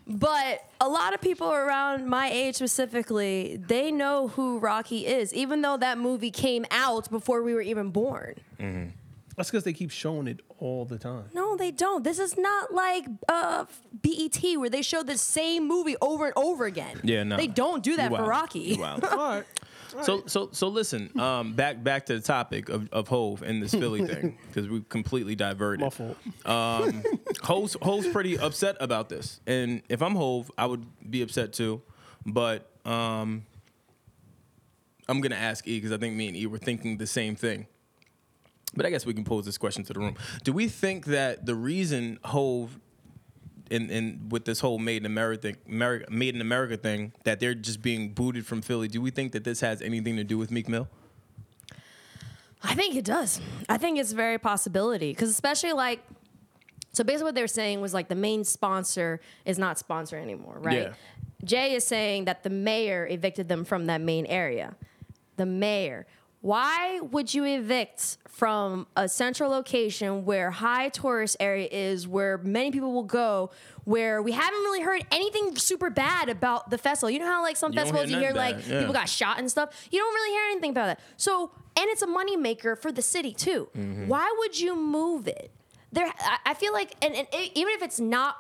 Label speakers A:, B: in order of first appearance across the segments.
A: but a lot of people around my age specifically, they know who Rocky is, even though that movie came out before we were even born.
B: That's because they keep showing it all the time.
A: No, they don't. This is not like uh, BET where they show the same movie over and over again.
C: Yeah, no.
A: They don't do that
C: You
A: for
C: wild.
A: Rocky.
C: You wild. So so so listen. Um, back back to the topic of of Hove and this Philly thing because we completely diverted.
B: My fault.
C: Um, Hove's, Hove's pretty upset about this, and if I'm Hove, I would be upset too. But um, I'm gonna ask E because I think me and E were thinking the same thing. But I guess we can pose this question to the room: Do we think that the reason Hove and and with this whole made in America, America made in America thing that they're just being booted from Philly. Do we think that this has anything to do with Meek Mill?
A: I think it does. I think it's very possibility because especially like. So basically, what they're saying was like the main sponsor is not sponsor anymore, right?
C: Yeah.
A: Jay is saying that the mayor evicted them from that main area. The mayor. Why would you evict from a central location where high tourist area is, where many people will go, where we haven't really heard anything super bad about the festival? You know how like some
C: You don't
A: festivals you
C: hear
A: hear
C: nothing
A: like
C: bad, yeah.
A: people got shot and stuff. You don't really hear anything about that. So, and it's a moneymaker for the city too. Why would you move it? There, I, I feel like, and, and e- even if it's not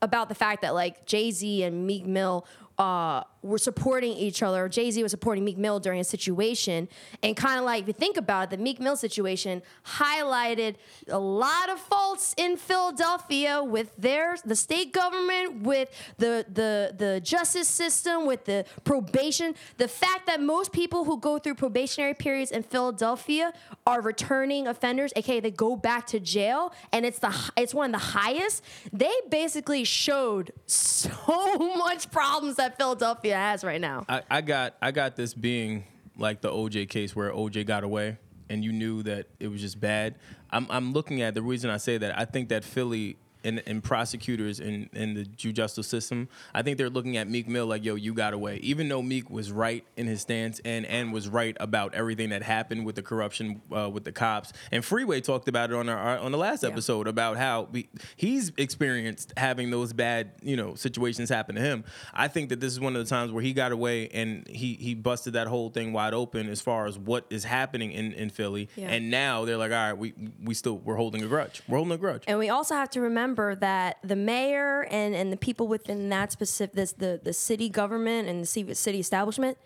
A: about the fact that like Jay Z and Meek Mill uh, were supporting each other, Jay Z was supporting Meek Mill during a situation, and kind of like if you think about it, the Meek Mill situation highlighted a lot of faults in Philadelphia with their the state government, with the the the justice system, with the probation. The fact that most people who go through probationary periods in Philadelphia are returning offenders, aka they go back to jail, and it's the hi- it's one of the highest. They basically showed so much problems that Philadelphia has right now.
C: I, I got I got this being like the OJ case where OJ got away and you knew that it was just bad. I'm I'm looking at the reason I say that I think that Philly and, and prosecutors in, in the ju- justice system, I think they're looking at Meek Mill like, yo, you got away. Even though Meek was right in his stance and and was right about everything that happened with the corruption uh, with the cops. And Freeway talked about it on our- our on the last
A: Yeah.
C: episode about how we, he's experienced having those bad you know situations happen to him. I think that this is one of the times where he got away and he he busted that whole thing wide open as far as what is happening in in Philly.
A: Yeah.
C: And now they're like, all right, we we still we're holding a grudge. We're holding a grudge.
A: And we also have to remember that the mayor and, and the people within that specific this, the the city government and the ci- city establishment,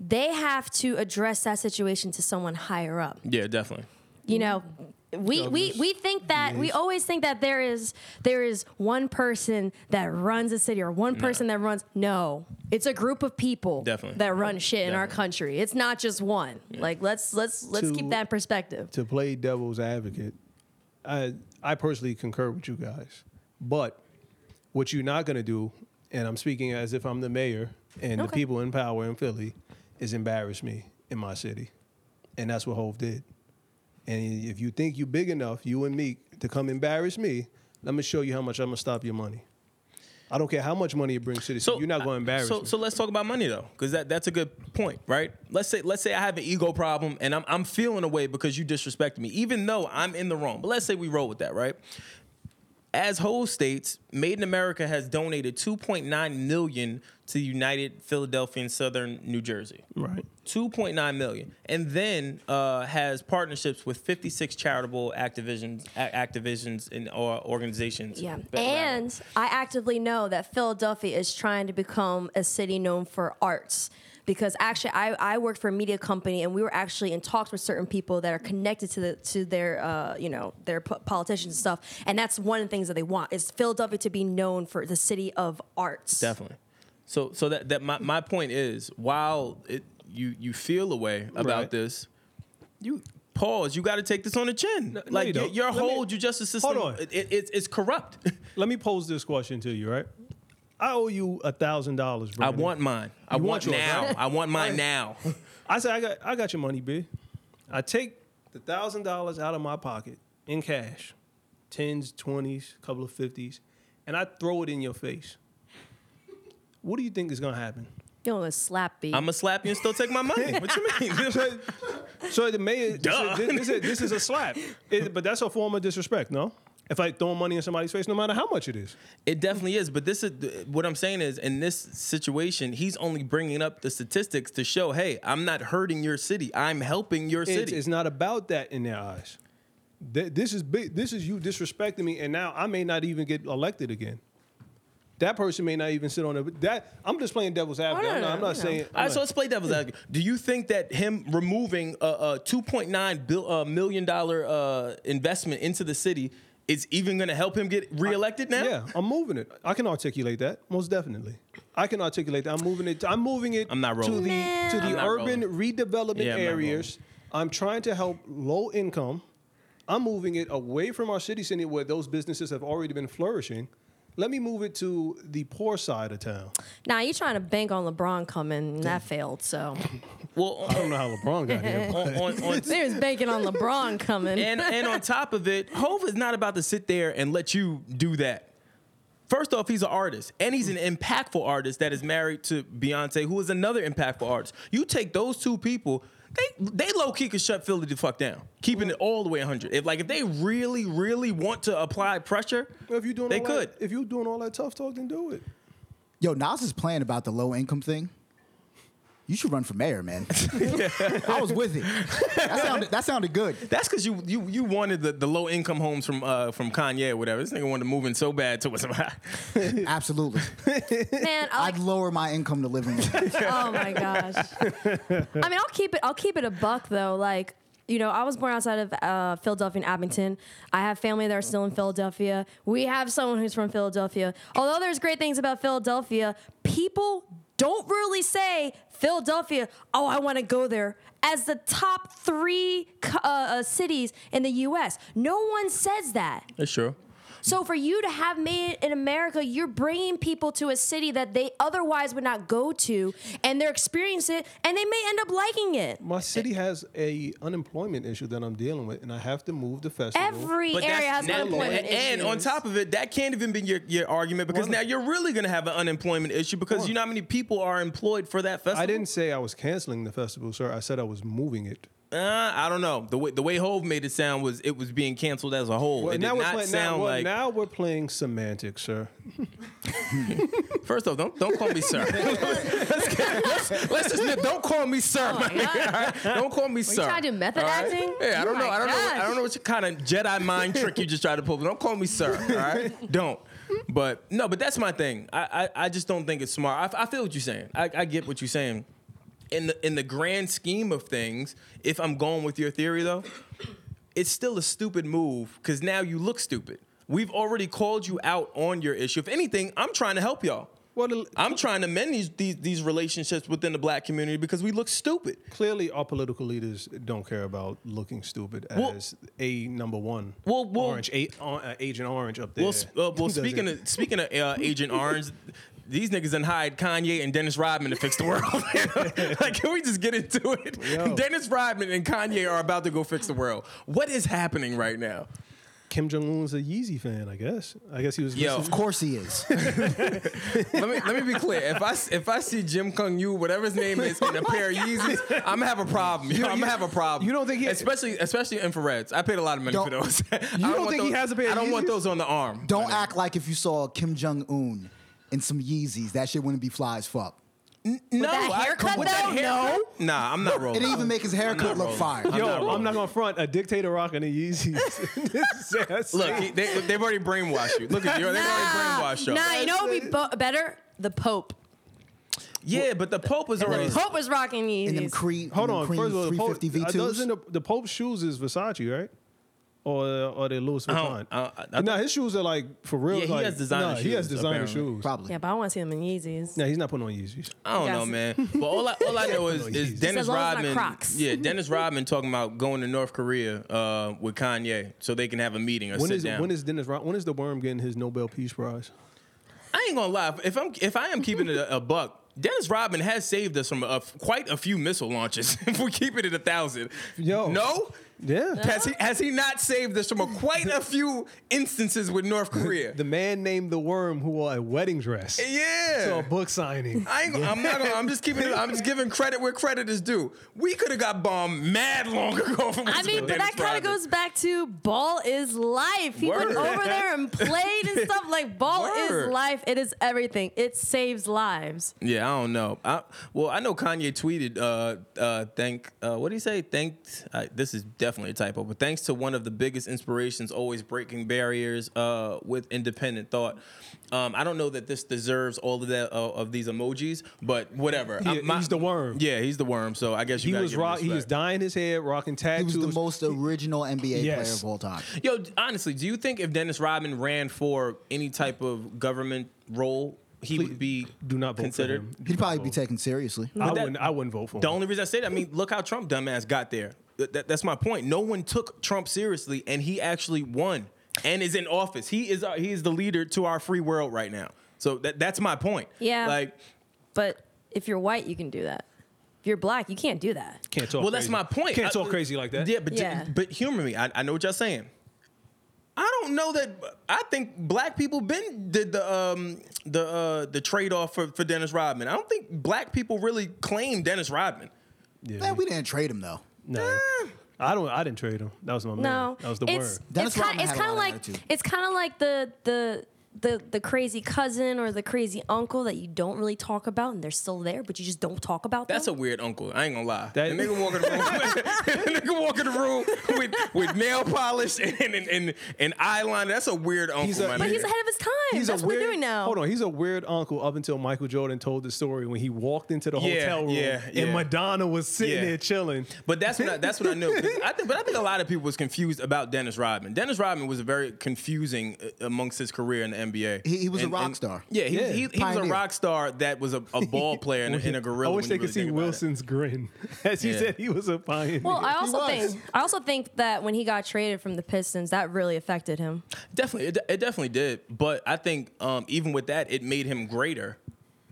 A: they have to address that situation to someone higher up.
C: yeah, definitely.
A: You know, we we, we think that we always think that there is there is one person that runs a city or one person that runs. No, it's a group of people
C: Definitely.
A: that run shit in our
C: Definitely.
A: country. It's not just one. Like let's let's let's
B: To-
A: keep that in perspective.
B: to play devil's advocate, I I personally concur with you guys. But what you're not gonna do, and I'm speaking as if I'm the mayor and the
A: Okay.
B: people in power in Philly, is embarrass me in my city, and that's what Hove did. And if you think you're big enough, you and me, to come embarrass me, let me show you how much I'm gonna stop your money. I don't care how much money it brings to the city. you're not gonna embarrass
C: so,
B: me.
C: So let's talk about money though, because that, that's a good point, right? Let's say let's say I have an ego problem and I'm I'm feeling a way because you disrespected me, even though I'm in the wrong. But let's say we roll with that, right? As whole states, Made in America has donated 2.9 million to United Philadelphia and Southern New Jersey.
B: right.
C: 2.9 million and then uh, has partnerships with 56 charitable activisions a- activisions and or organizations
A: Yeah.
C: Ba- rather.
A: And I actively know that Philadelphia is trying to become a city known for arts. Because actually, I, I worked for a media company, and we were actually in talks with certain people that are connected to the to their uh, you know their po- politicians and stuff. And that's one of the things that they want is Philadelphia to be known for the city of arts.
C: Definitely. So so that that my, my point is while it you you feel a way about
B: Right.
C: this, you pause. You got to take this on the chin.
B: no,
C: like
B: you
C: your,
B: don't.
C: your
B: Let me-
C: whole your justice system,
B: Hold on.
C: It, it, it's it's corrupt.
B: Let me pose this question to you, right? I owe you a thousand dollars,
C: I want mine. I
B: You
C: want,
B: want yours,
C: now.
B: right?
C: I want mine now.
B: I said, I got, I got your money, B. I take the thousand dollars out of my pocket in cash, tens, twenties, couple of fifties, and I throw it in your face. What do you think is gonna happen?
D: You know, a slap beat.
C: I'm gonna slap you and still take my money. What you mean?
B: So the mayor,
C: Duh.
B: This, is, this, is, this is a slap, It- but that's a form of disrespect, no? If I throw money in somebody's face, no matter how much it is,
C: It definitely is, but this is what I'm saying is in this situation, he's only bringing up the statistics to show, hey, I'm not hurting your city, I'm helping your
B: it's,
C: city.
B: it's not about that in their eyes. Th- This is big. This is you disrespecting me, and now I may not even get elected again. That person may not even sit on it. That I'm just playing devil's advocate.
D: no,
B: I'm not,
D: no,
B: I'm not
D: no.
B: saying.
C: All
B: I'm
C: right, so
B: not-
C: let's play devil's advocate. Do you think that him removing a, a 2.9 bill, uh, million dollar uh, investment into the city is even going to help him get reelected now?
B: Yeah, I'm moving it. I can articulate that most definitely. I can articulate that. I'm moving it. I'm moving it.
C: I'm not
B: to
C: rolling.
B: the to
C: I'm
B: the
C: not
B: urban
C: rolling.
B: redevelopment
C: Yeah, I'm not
B: areas. I'm trying to help low income. I'm moving it away from our city center where those businesses have already been flourishing. Let me move it to the poor side of town.
D: Now you trying to bank on LeBron coming, and that failed. So
C: Well,
B: I don't know how LeBron got here. but-
C: on, on, on,
D: there's banking on LeBron coming.
C: and and on top of it, Hove is not about to sit there and let you do that. First off, he's an artist, and he's an impactful artist that is married to Beyonce, who is another impactful artist. You take those two people, they they low key could shut Philly the fuck down, keeping it all the way 100. If like if they really really want to apply pressure,
B: If you doing
C: they
B: all
C: could.
B: That, if you doing all that tough talk, then do it.
E: Yo, Nas is playing about the low income thing. You should run for mayor, man. I was with it. That sounded, that sounded good.
C: That's because you you you wanted the, the low income homes from uh from Kanye or whatever. This nigga wanted to move in so bad to what's
E: Absolutely.
D: Man, I like,
E: I'd lower my income to live in.
D: oh my gosh. I mean, I'll keep it. I'll keep it a buck though. Like you know, I was born outside of uh, Philadelphia and Abington. I have family that are still in Philadelphia. We have someone who's from Philadelphia. Although there's great things about Philadelphia, people don't really say Philadelphia. Oh, I want to go there. As the top three co- uh, uh, cities in the U.S., no one says that.
C: That's true.
D: So for you to have made it in America, you're bringing people to a city that they otherwise would not go to, and they're experiencing it, and they may end up liking it.
B: My city has a unemployment issue that I'm dealing with, and I have to move the festival.
D: Every area has
C: now-
D: unemployment
C: and, and on
D: issues.
C: top of it, that can't even be your, your argument because now you're really going to have an unemployment issue because you know how many people are employed for that festival.
B: I didn't say I was canceling the festival, sir. I said I was moving it.
C: Uh, I don't know. The way the way Hove made it sound was it was being canceled as a whole. it did
B: now, we're
C: not
B: playing,
C: sound
B: now, well,
C: like.
B: now we're playing semantics, sir.
C: First off, don't don't call me sir. let's, get- let's- let's just don't call me sir. my nigga, all right? Don't call me
D: Oh, you
C: sir.
D: trying to do method
C: all right?
D: acting?
C: Yeah, I
D: Oh
C: don't know.
D: my
C: I don't know.
D: gosh.
C: I don't know what kind of Jedi mind trick you just tried to pull. But don't call me sir. All right, don't. But no, but that's my thing. I I, I just don't think it's smart. I, I feel what you're saying. I, I get what you're saying. In the in the grand scheme of things, if I'm going with your theory though, it's still a stupid move because now you look stupid. We've already called you out on your issue. If anything, I'm trying to help y'all.
B: Well, the-
C: I'm trying to mend these, these these relationships within the black community because we look stupid.
B: Clearly, our political leaders don't care about looking stupid
C: Well-
B: as a number one.
C: Well, well-
B: orange, a, uh, uh, Agent Orange up there.
C: Well, sp- uh, well,
B: Does it.
C: speaking of speaking of uh, Agent Orange, these niggas done hired Kanye and Dennis Rodman to fix the world. like, can we just get into it?
B: Yo.
C: Dennis Rodman and Kanye are about to go fix the world. What is happening right now?
B: Kim Jong Un's a Yeezy fan, I guess. I guess he was.
C: Yo.
E: Of course he is.
C: Let me let me be clear. If I if I see Jim Kung Yu, whatever his name is, in a pair of Yeezys, I'm gonna have a problem. I'm gonna have a problem.
B: you don't think he-
C: especially especially infreds. I paid a lot of money for
E: Don't-
C: those. I don't
B: don't
C: want
B: think he
C: those-
B: has a pair
C: I
B: of
C: don't want
B: Yeezys?
C: those on the arm.
E: Don't act like if you saw Kim Jong Un in some Yeezys, that shit wouldn't be fly as fuck.
C: no,
D: that
C: I-
D: haircut,
C: with
D: though?
C: that haircut? Nah, I'm not rolling.
E: It even make his haircut look fire.
B: Yo,
C: not
B: I'm
C: wrong.
B: not gonna front a dictator rocking the Yeezys. This is- that's-
C: Look, he, they, they've already brainwashed you. Look at you. They've already brainwashed you.
D: nah, you know what would be bo- better? The Pope.
C: Yeah, but the Pope was already.
D: The Pope was rocking
E: in them
D: Yeezys.
E: Creed,
B: Hold on.
E: Creed
B: First of all, the Pope,
C: uh,
E: 350
B: are those in
E: V2s.
B: the, the Pope's shoes is Versace, right? Or or they Louis Vuitton?
C: I- I- I
B: no, his shoes are like for real.
C: Yeah, he
B: like-
C: has designer
B: nah, He has
C: shoes,
B: designer
C: apparently. Uh,
B: shoes.
E: Probably.
D: Yeah, but I want to see them in Yeezys.
B: No, he's not putting on Yeezys.
C: I don't know,
D: Yes.
C: man. But all I, all I know is, is
D: As
C: Dennis
D: long as it's not
C: Rodman.
D: Crocs.
C: Yeah, Dennis Rodman talking about going to North Korea uh, with Kanye so they can have a meeting or
B: When
C: sit
B: is
C: down.
B: when is Dennis Rod- when is the worm getting his Nobel Peace Prize?
C: I ain't gonna lie. If I'm if I
B: Mm-hmm.
C: am keeping it a, a buck. Dennis Rodman has saved us from a, quite a few missile launches. if we keep it at a thousand,
B: Yo.
C: no,
B: Yeah.
C: Has he has he not saved us from a, quite a few instances with North Korea?
B: The man named the worm who wore a wedding dress
C: yeah.
B: to a book signing.
C: I ain't, I'm not. Gonna, I'm just keeping. it- I'm just giving credit where credit is due. We could have got bombed mad long ago. From
A: I
C: what's
A: mean,
C: going
A: but
C: on
A: that
C: in
A: kind of
C: private.
A: goes back to ball is life. He
C: Word.
A: went over there and played and stuff. Like ball
C: Word.
A: is life. It is everything. It saves lives.
C: Yeah, I don't know. I, well, I know Kanye tweeted, uh, uh, thank, uh, what did he say? Thanks, uh, this is definitely a typo, but thanks to one of the biggest inspirations, always breaking barriers uh, with independent thought. Um, I don't know that this deserves all of that uh, of these emojis, but whatever.
B: He-
C: I'm- my-
B: he's the worm.
C: Yeah, he's the worm. So I guess you
B: He
C: gotta
B: was
C: give him
B: rock, he was
C: respect.
B: dyeing his hair, rocking
E: He
B: tattoos.
E: was the most original NBA player
B: Yes.
E: of all time.
C: Yo, d- honestly, do you think if Dennis Rodman ran for any type of government role, he would be
B: Do not vote
C: considered?
B: for him.
E: He'd probably be taken seriously.
B: I
C: that-
B: wouldn't. I wouldn't vote for
C: The
B: him.
C: only reason I say that, I mean, look how Trump dumbass got there. Th- that- that's my point. No one took Trump seriously, and he actually won and is in office. He is our, he is the leader to our free world right now. So that that's my point.
A: Yeah.
C: Like,
A: But if you're white, you can do that. If you're black, you can't do that.
B: Can't talk.
C: well,
B: crazy.
C: that's my point.
B: Can't
C: I-
B: talk crazy like that.
C: Yeah, but j-
A: Yeah.
C: but humor me. I, I know what y'all saying. I don't know that. I think black people been did the um the uh the trade off for, for Dennis Rodman. I don't think black people really claim Dennis Rodman.
E: Man, we didn't trade him though.
B: No. I don't. I didn't trade him. That was my man.
A: Ah. No,
B: That was the
A: it's,
B: word.
E: Dennis
A: it's kind.
E: Rodman
A: It's
E: had a
A: kind of
E: lot of
A: like
E: attitude.
A: it's kind of like the the. The, the crazy cousin or the crazy uncle that you don't really talk about and they're still there but you just don't talk about
C: That's a
A: them.
C: weird uncle. I ain't gonna lie.
B: That-
C: the nigga walk in the room. the nigga walk in the room with, with nail polish and and, and and eyeliner. That's a weird uncle.
B: He's a-
C: my
A: but
C: nigga.
A: he's ahead of his time. That's what
B: weird,
A: we're doing now.
B: Hold on, he's a weird uncle up until Michael Jordan told the story when he walked into the
C: Yeah,
B: hotel room
C: yeah, yeah.
B: and Madonna was sitting
C: Yeah.
B: there chilling.
C: But that's what I, that's what I knew. 'Cause I think, but I think a lot of people was confused about Dennis Rodman. Dennis Rodman was very confusing uh, amongst his career in the NBA.
E: He- he was a rock star.
C: Yeah, he, he, he was a
E: Pioneer.
C: rock star that was a, a ball player and, a- and a gorilla.
B: I wish
C: when
B: they
C: you
B: could
C: really
B: see
C: think about it.
B: Wilson's grin as he
C: Yeah.
B: said he was a pioneer.
A: Well, I also
E: was.
A: think I also think that when he got traded from the Pistons, that really affected him.
C: Definitely, it, it definitely did. But I think um, even with that, it made him greater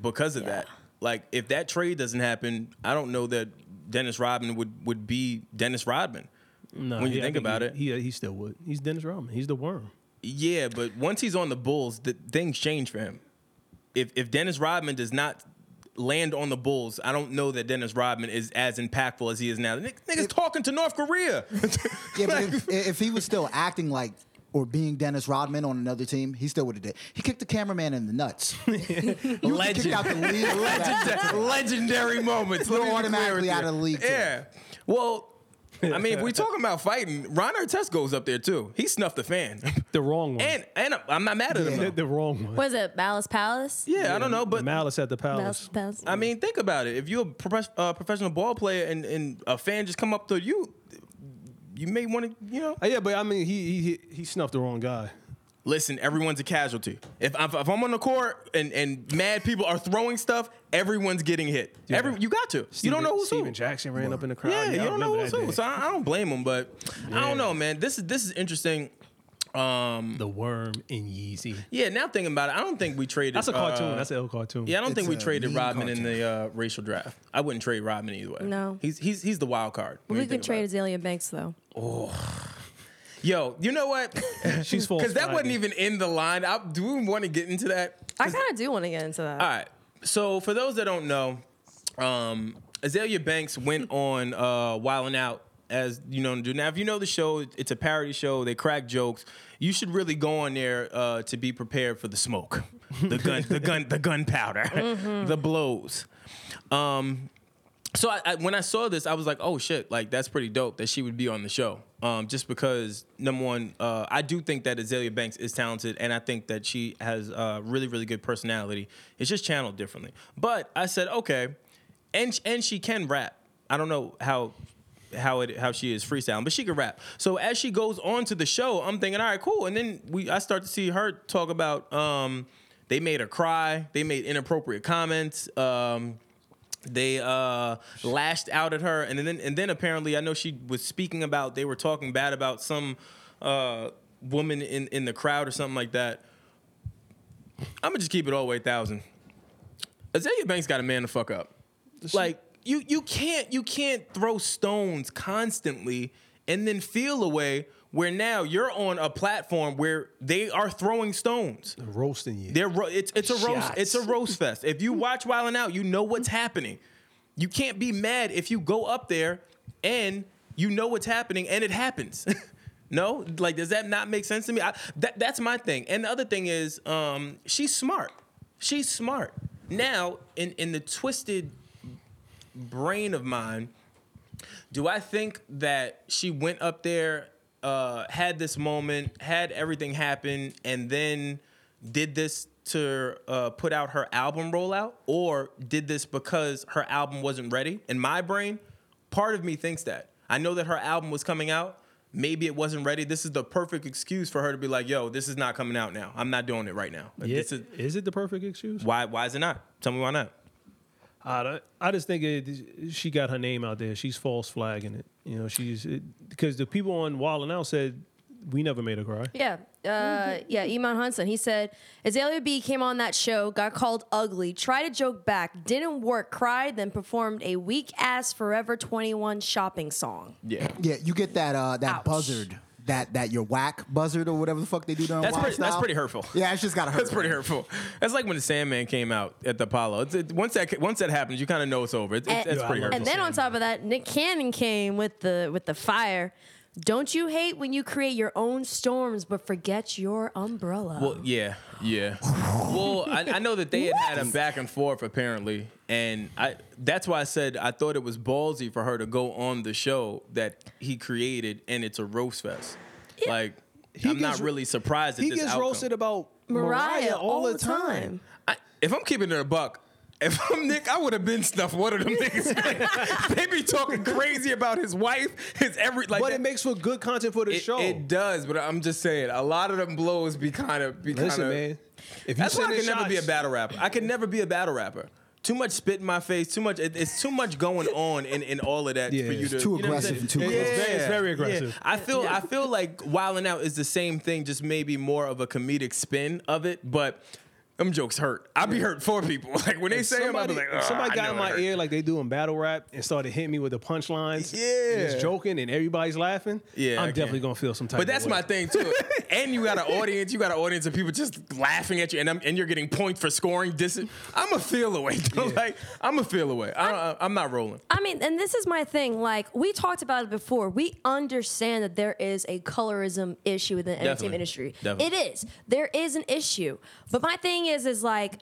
C: because of that. Like, if that trade doesn't happen, I don't know that Dennis Rodman would would be Dennis Rodman.
B: Nah,
C: when you
B: yeah, I
C: think about
B: he,
C: it,
B: he, he still would. He's Dennis Rodman. He's the worm.
C: yeah. But once he's on the Bulls, the, things change for him. If if Dennis Rodman does not land on the Bulls, I don't know that Dennis Rodman is as impactful as he is now. The nigg- nigga's talking to North Korea.
E: Yeah, but if, if he was still acting like or being Dennis Rodman on another team, he still would have did. He kicked the cameraman in the nuts. You was kicked
C: Legend.
E: out the league. for that.
C: Legend- legendary moments. Let
E: You're
C: me be clear
E: automatically
C: with
E: out
C: you.
E: of the league, too.
C: Yeah. Well, I mean, if we talking about fighting, Ron Artest goes up there too. He snuffed a fan,
B: The wrong one.
C: and and I'm not mad at him.
B: the,
C: though.
B: the wrong one.
A: Was it Malice Palace?
C: Yeah, I don't know, but
B: Malice at the
A: Malice
B: Palace.
A: Palace.
C: I mean, think about it. If you're a profe- uh, professional ball player and, and a fan just come up to you, you may want to, you know.
B: Uh, yeah, but I mean, he, he he snuffed the wrong guy.
C: Listen, everyone's a casualty. If I'm, if I'm on the court and, and mad people are throwing stuff, everyone's getting hit. Every you got to. you don't know who's
B: Steven
C: who.
B: Jackson ran up in the crowd.
C: Yeah,
B: I
C: you don't know
B: remember
C: who's
B: that
C: who.
B: day.
C: So I, I don't blame him, but I don't know, man. This is this is interesting. Um,
B: The worm in Yeezy.
C: yeah, now thinking about it, I don't think we traded.
B: That's a cartoon.
C: uh,
B: That's an L cartoon.
C: yeah, I don't
E: It's
C: think we
E: a
C: traded
E: mean
C: Rodman in
E: cartoon.
C: the uh, racial draft. I wouldn't trade Rodman either way.
A: No.
C: he's he's he's the wild card. when
A: we
C: you think
A: could trade
C: about
A: Azalea Banks though.
C: it. Yo, you know what?
B: she's false.
C: Because that wasn't
B: Friday.
C: even in the line. I, do we want to get into that?
A: I kind of do want to get into that.
C: All right. So for those that don't know, um, Azalea Banks went on uh, Wildin' Out as you know to do. Now, if you know the show, it's a parody show. They crack jokes. You should really go on there uh, to be prepared for the smoke, the gun, the gun, the gunpowder, the blows. Um, so I, I, when I saw this, I was like, "Oh shit! Like that's pretty dope that she would be on the show." Um, just because number one, uh, I do think that Azalea Banks is talented, and I think that she has uh, really, really good personality. It's just channeled differently. But I said, okay, and and she can rap. I don't know how how it how she is freestyling, but she can rap. So as she goes on to the show, I'm thinking, all right, cool. And then we I start to see her talk about um, they made her cry, they made inappropriate comments. Um, they uh, lashed out at her, and then and then apparently I know she was speaking about they were talking bad about some uh, woman in in the crowd or something like that. I'm gonna just keep it all the way thousand. Azalea Banks got a man to fuck up. Like you you can't you can't throw stones constantly and then feel a way where now you're on a platform where they are throwing stones.
B: roasting you.
C: They're ro- it's it's a roast
F: Shots.
C: it's a roast fest. If you watch Wildin' Out, you know what's happening. You can't be mad if you go up there and you know what's happening and it happens. no, like does that not make sense to me? I, that that's my thing. And the other thing is, um, she's smart. She's smart. Now in in the twisted brain of mine, do I think that she went up there, uh, had this moment, had everything happen, and then did this to uh, put out her album rollout, or did this because her album wasn't ready? In my brain, part of me thinks that. I know that her album was coming out. Maybe it wasn't ready. This is the perfect excuse for her to be like, "Yo, this is not coming out now. I'm not doing it right now. Like,
B: Yeah,
C: This is
B: is it the perfect excuse?
C: why. Why is it not? Tell me why not."
B: I, don't- I just think it, she got her name out there. She's false flagging it. You know, she's because the people on Wild and Out said we never made her cry.
D: Yeah. Uh,
B: Mm-hmm.
D: yeah, Iman Hunson. He said, Azalea B came on that show, got called ugly, tried to joke back, didn't work, cried, then performed a weak ass Forever 21 shopping song.
E: Yeah, you get that uh, that
D: Ouch.
E: buzzard. That that your whack buzzard or whatever the fuck they do during
C: That's
E: Wild
C: pretty- that's
E: Style.
C: pretty hurtful.
E: Yeah, it's just gotta hurt.
C: That's pretty hurtful. That's like when the Sandman came out at the Apollo. It's, it, once that once that happens, you kind of know it's over. It's, it's,
D: And-
C: it's pretty
B: Yeah, I
C: hurtful.
D: And then on top of that, Nick Cannon came with the with the fire. Don't you hate when you create your own storms but forget your umbrella?
C: Well, yeah, yeah. well, I, I know that they had had a back and forth apparently, and I that's why I said I thought it was ballsy for her to go on the show that he created, and it's a roast fest. Like. I'm not
B: gets-
C: really surprised at
B: He
C: this
B: gets
C: outcome.
B: roasted about
D: Mariah,
B: Mariah, all, the time.
C: I, if I'm keeping it a buck, if I'm Nick, I would have been stuffed one of them niggas. they be talking crazy about his wife, his every like.
B: But
C: that-
B: it makes for good content for the
C: It,
B: show.
C: it does, but I'm just saying, a lot of them blows be kind of be kind
B: Listen,
C: of.
B: man. If you
C: That's why I
B: send
C: could
B: in
C: never be a
B: shots-
C: battle rapper. I could never be a battle rapper. Too much spit in my face. Too much. it- it's too much going on in, in all of that
B: Yeah.
C: for you
B: It's
C: to.
E: too
C: you know what I'm
E: aggressive
C: saying?
E: and too
B: It's
E: close.
B: very- it's very aggressive.
C: I feel I feel like wilding out is the same thing, just maybe more of a comedic spin of it. But them jokes hurt. I be hurt for people. Like when they say them, I be
B: somebody,
C: like,
B: if somebody
C: "Ugh, I
B: got
C: know
B: in
C: it
B: my
C: hurt."
B: ear like they do in battle rap and started hitting me with the punchlines. and
C: Yeah.
B: it's joking and everybody's laughing.
C: Yeah, I
B: I'm
C: can't.
B: definitely gonna feel some type.
C: But that's
B: of
C: my
B: way.
C: thing too. and you got an audience. You got an audience of people just laughing at you, and I'm, and you're getting points for scoring. Dis- I'm a feel away. though. Like I'm a feel away. I, I, I'm not rolling.
A: I mean, and this is my thing. Like we talked about it before. We understand that there is a colorism issue within the
C: Definitely.
A: entertainment industry.
C: Definitely.
A: It is. There is an issue. But my thing is, is like,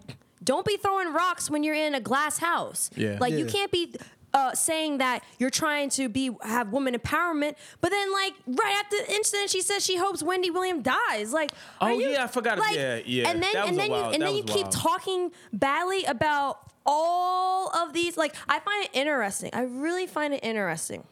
A: don't be throwing rocks when you're in a glass house.
C: Yeah.
A: Like you
B: Yeah.
A: can't be. Uh, saying that you're trying to be have woman empowerment, but then like right after the incident, she says she hopes Wendy Williams dies. Like, are
C: Oh,
A: you-
C: yeah, I forgot-
A: Like,
C: yeah, yeah.
A: And then
C: That was
A: and
C: a
A: then
C: wild-
A: you and
C: that
A: then you
C: was
A: keep
C: wild.
A: talking talking badly about all of these. Like, I find it interesting. I really find it interesting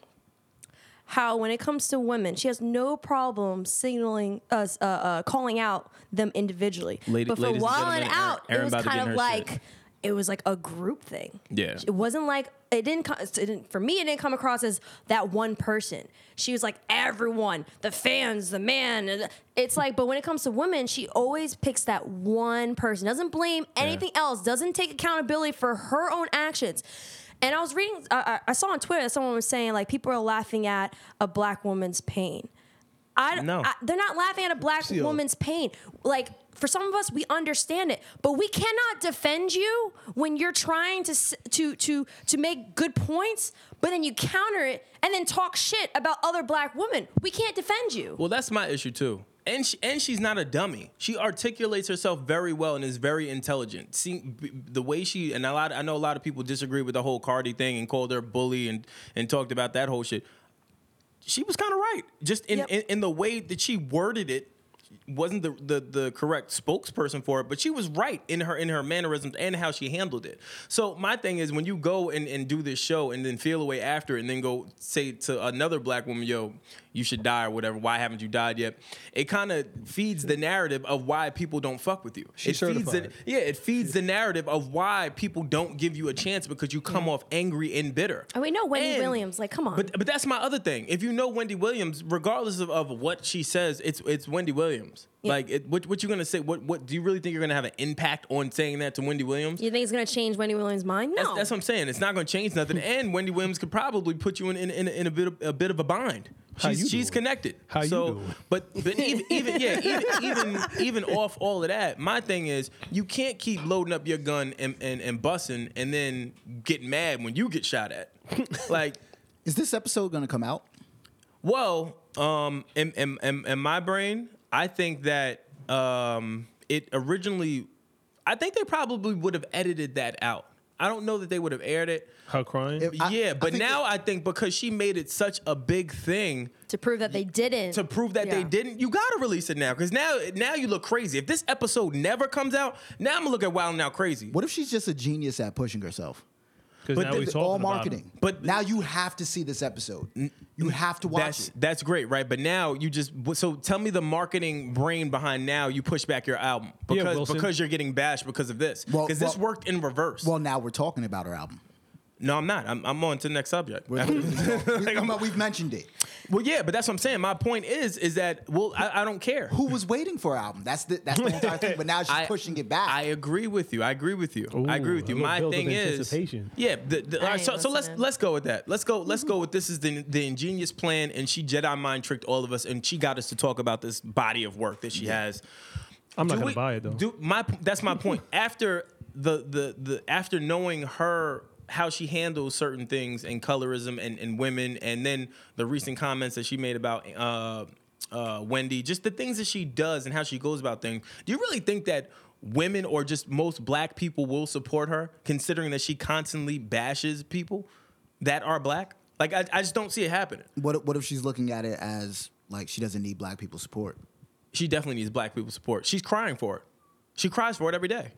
A: how, when it comes to women, she has no problem signaling us, uh, uh, calling out them individually.
C: Lady-
A: but for
C: ladies and
A: Wallin'
C: gentlemen,
A: Out,
C: Erin- Erin
A: it was
C: about to get
A: kind
C: in
A: of
C: her
A: like
C: shit.
A: it was like a group thing.
C: Yeah.
A: it wasn't like it didn't. co- It didn't for me. It didn't come across as that one person. She was like everyone, the fans, the man. and the- It's like, but when it comes to women, she always picks that one person. Doesn't blame anything else. Doesn't take accountability for her own actions. And I was reading. I, I I saw on Twitter that someone was saying like people are laughing at a black woman's pain. I,
C: No.
A: I- they're not laughing at a black
B: a-
A: woman's pain. Like for some of us, we understand it, but we cannot defend you when you're trying to s- to to to make good points, but then you counter it and then talk shit about other black women. We can't defend you.
C: Well, that's my issue too. And she, and she's not a dummy. She articulates herself very well and is very intelligent. See b- the way she and a lot. I know a lot of people disagree with the whole Cardi thing and called her bully and and talked about that whole shit. She was kind of right, just in,
A: Yep.
C: in in the way that she worded it. Wasn't the, the the correct spokesperson for it, but she was right in her in her mannerisms and how she handled it. So my thing is when you go and, and do this show and then feel away after and then go say to another black woman, yo, you should die or whatever, why haven't you died yet? It kind of feeds the narrative of why people don't fuck with you.
B: She's
C: it feeds
B: certified.
C: it, yeah, it feeds the narrative of why people don't give you a chance because you come off angry and bitter.
A: I mean, no, Wendy
C: And-
A: Williams. Like, come on.
C: But uh, but that's my other thing. If you know Wendy Williams, regardless of, of what she says, it's it's Wendy Williams. Like, it, what what you gonna say? What what do you really think you're gonna have an impact on saying that to Wendy Williams?
A: you think it's gonna change Wendy Williams' mind? No.
C: That's, that's what I'm saying. It's not gonna change nothing. And Wendy Williams could probably put you in in, in, in a bit of, a bit of a bind.
B: How
C: She's,
B: you
C: she's
B: doing?
C: connected.
B: How you
C: so,
B: doing?
C: But but even, even yeah even, even even off all of that, my thing is you can't keep loading up your gun and and, and bussing and then get mad when you get shot at. Like,
E: Is this episode gonna come out?
C: well, um, in in, in, in my brain, I think that um, it originally, I think they probably would have edited that out. I don't know that they would have aired it.
B: Her crying.
E: If- I-
C: yeah,
E: I
C: but
E: think
C: now
E: that-
C: I think because she made it such a big thing,
A: to prove that they didn't.
C: to prove that they
A: Yeah.
C: didn't, you gotta release it now. Cause now now you look crazy. If this episode never comes out, now I'm gonna look at Wild Now Crazy.
E: What if she's just a genius at pushing herself?
B: Because
C: but
B: now
C: the-
B: we
C: the-
B: talking
E: All
B: about it.
E: marketing.
C: But-
E: now you have to see this episode. You have to watch
C: That's
E: it.
C: that's great, right? But now you just so tell me the marketing brain behind now you push back your album
B: Yeah,
C: because
B: Wilson.
C: because you're getting bashed because of this.
E: Well,
C: Because this
E: well-
C: worked in reverse.
E: Well, now we're talking about her album.
C: no, I'm not. I'm, I'm on to the next subject.
E: We're-
C: Like, I'm-
E: but we've mentioned it.
C: well, yeah, but that's what I'm saying. My point is is that well, I, I don't care.
E: Who was waiting for her album? That's the that's the entire thing. But now she's pushing it back.
C: I agree with you. I agree with you. I agree with
B: Ooh,
C: you.
B: a little
C: My
B: build of
C: thing is,
B: anticipation.
C: yeah. The, the, all right,
A: ain't
C: so, so let's
A: listening.
C: let's go with that. Let's go. Let's go with this is the the ingenious plan, and she Jedi mind tricked all of us, and she got us to talk about this body of work that she has.
B: I'm not
C: Do
B: gonna
C: we-
B: buy it though.
C: Do my that's my point. After the the the after knowing her how she handles certain things and colorism and, and women and then the recent comments that she made about uh, uh, Wendy, just the things that she does and how she goes about things. Do you really think that women or just most black people will support her, considering that she constantly bashes people that are black? Like I, I just don't see it happening.
E: what if- what if she's looking at it as like she doesn't need black people's support?
C: she definitely needs black people support. She's crying for it. She cries for it every day.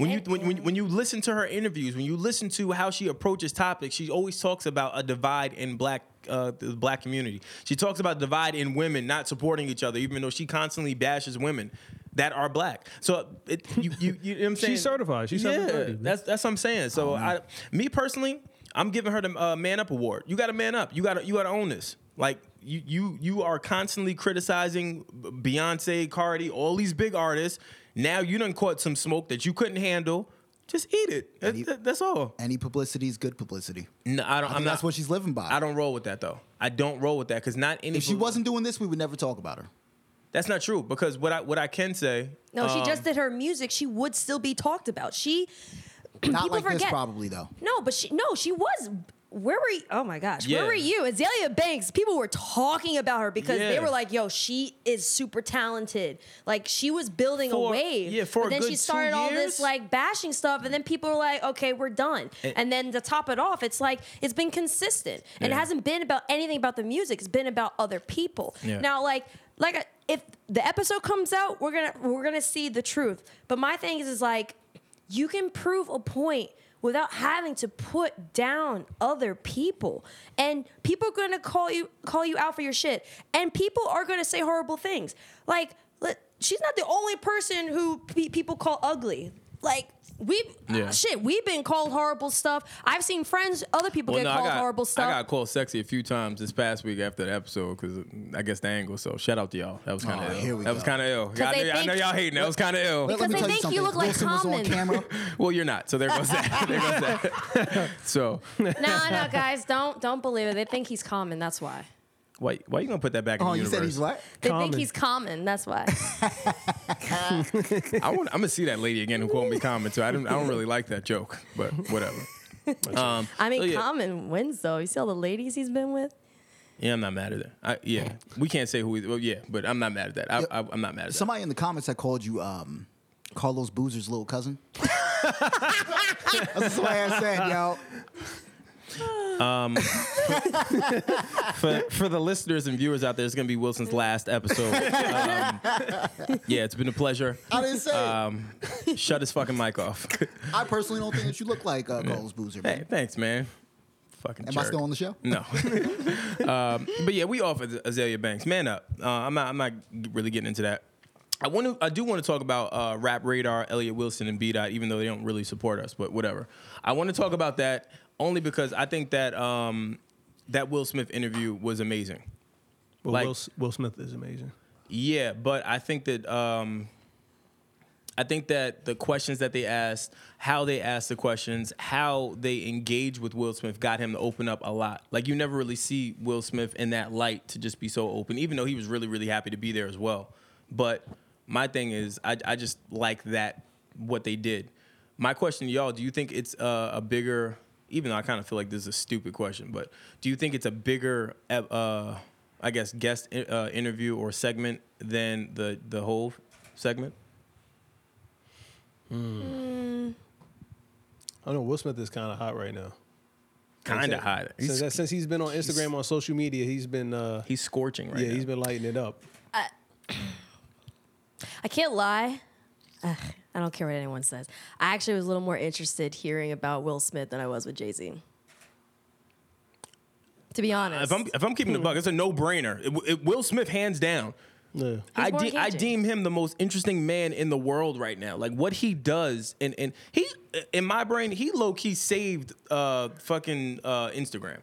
C: When you when, when, when you listen to her interviews, when you listen to how she approaches topics, she always talks about a divide in black uh, the black community. She talks about divide in women not supporting each other, even though she constantly bashes women that are black. So it, you, you, you know what I'm saying?
B: She's certified. She's
C: yeah,
B: 730, man.
C: That's that's what I'm saying. So I, me personally, I'm giving her the uh, man up award. You got to man up. You got to you got to own this. Like you you you are constantly criticizing Beyonce, Cardi, all these big artists. Now you done caught some smoke that you couldn't handle. Just eat it. That-
E: And you-
C: that- that's all.
E: Any publicity is good publicity.
C: No, I don't. I
E: I think
C: am
E: that's
C: not.
E: what she's living by.
C: I don't roll with that though. I don't roll with that because not any.
E: If she
C: poli-
E: wasn't doing this, we would never talk about her.
C: that's not true. Because what I what I can say,
A: no, she
C: um,
A: just did her music. She would still be talked about. She
E: Not
A: People
E: like this,
A: forget-
E: probably though.
A: no, but she no, she was. Where were you? Oh my gosh,
C: Yeah.
A: where were you? Azalea Banks. People were talking about her because they
C: Yeah.
A: were like, "Yo, she is super talented. Like she was building
C: For-
A: a wave."
C: yeah, for
A: but
C: a
A: then
C: good
A: she
C: two
A: started all this
C: years?
A: like bashing stuff, and then people were like, "Okay, we're done."
C: And-
A: And, then to top it off, it's like it's been consistent, and it
C: Yeah.
A: hasn't been about anything about the music. It's been about other people.
C: Yeah.
A: Now, like, like uh, if the episode comes out, we're gonna we're gonna see the truth. But my thing is, is like you can prove a point without having to put down other people and people are going to call you call you out for your shit and people are going to say horrible things like let, she's not the only person who pe- people call ugly like we uh,
C: Yeah.
A: shit we've been called horrible stuff i've seen friends other people
C: Well,
A: get
C: no,
A: called
C: I got,
A: horrible stuff
C: I got called sexy a few times this past week after the episode because I guess the angle. So shout out to y'all. That was kind
E: Aw,
C: of
E: Oh, here
C: ill.
E: we
C: That was
E: go.
C: kind of ill. I,
A: they
C: knew- I know
A: think-
C: y'all hating. That was kind of ill.
E: Let me
A: Because
E: tell
A: they
E: you
A: think you look
E: something.
A: like
E: Wilson was on
A: Common.
E: camera.
C: well, you're not. So there goes that. there goes that. So
A: no no guys don't don't believe it they think he's common that's why
C: why why you gonna put that back in
E: Oh,
C: the
E: you
C: universe?
E: said he's what?
A: they
B: Common.
A: think he's common that's why
C: I want. I'm gonna see that lady again who called me common. So I don't. I don't really like that joke, but whatever. Um,
A: i mean
C: so yeah.
A: common wins though you see all the ladies he's been with
C: Yeah, I'm not mad at that. I, yeah, we can't say who. We, well, yeah, but I'm not mad at that. I, I, I'm not mad at that.
E: Somebody in the comments that called you um, Carlos Boozer's little cousin. That's what I said, yo.
C: for, for the listeners and viewers out there, it's going to be Wilson's last episode. Um, yeah, it's been a pleasure.
E: I didn't say. it.
C: Um, shut his fucking mic off.
E: I personally don't think that you look like uh, Carlos Boozer. Man.
C: hey, thanks, man. Fucking
E: Am I
C: jerk.
E: still on the show?
C: No. um, but yeah, we off Az- Azalea Banks. Man up. Uh, I'm not. I'm not really getting into that. I want to. I do want to talk about uh, Rap Radar, Elliot Wilson, and B Dot, even though they don't really support us. But whatever. I want to talk about that only because I think that um, that Will Smith interview was amazing.
B: But
C: like-
B: Will, S- Will Smith is amazing.
C: Yeah, but I think that um, I think that the questions that they asked, how they asked the questions, how they engaged with Will Smith got him to open up a lot. Like you never really see Will Smith in that light to just be so open, even though he was really, really happy to be there as well. But my thing is, I, I just like that what they did. My question to y'all: Do you think it's a, a bigger? Even though I kind of feel like this is a stupid question, but do you think it's a bigger, uh, I guess, guest uh, interview or segment than the the whole segment?
B: I know Will Smith is kind of hot right now.
C: Kind
B: Since-
C: of hot.
B: Since,
C: He's,
B: that- since he's been on Instagram on social media, he's been uh,
C: he's scorching right
B: yeah,
C: now.
B: he's been lighting it up.
A: I can't lie. Ugh, I don't care what anyone says. I actually was a little more interested hearing about Will Smith than I was with Jay Z. To be honest,
C: if I'm if I'm
B: Hmm.
C: keeping the buck, it's a no brainer. Will Smith hands down.
B: Yeah.
C: I,
A: more
C: de- I
A: engaging.
C: deem him the most interesting man in the world right now. Like what he does, and and he in my brain he low key saved uh fucking uh Instagram.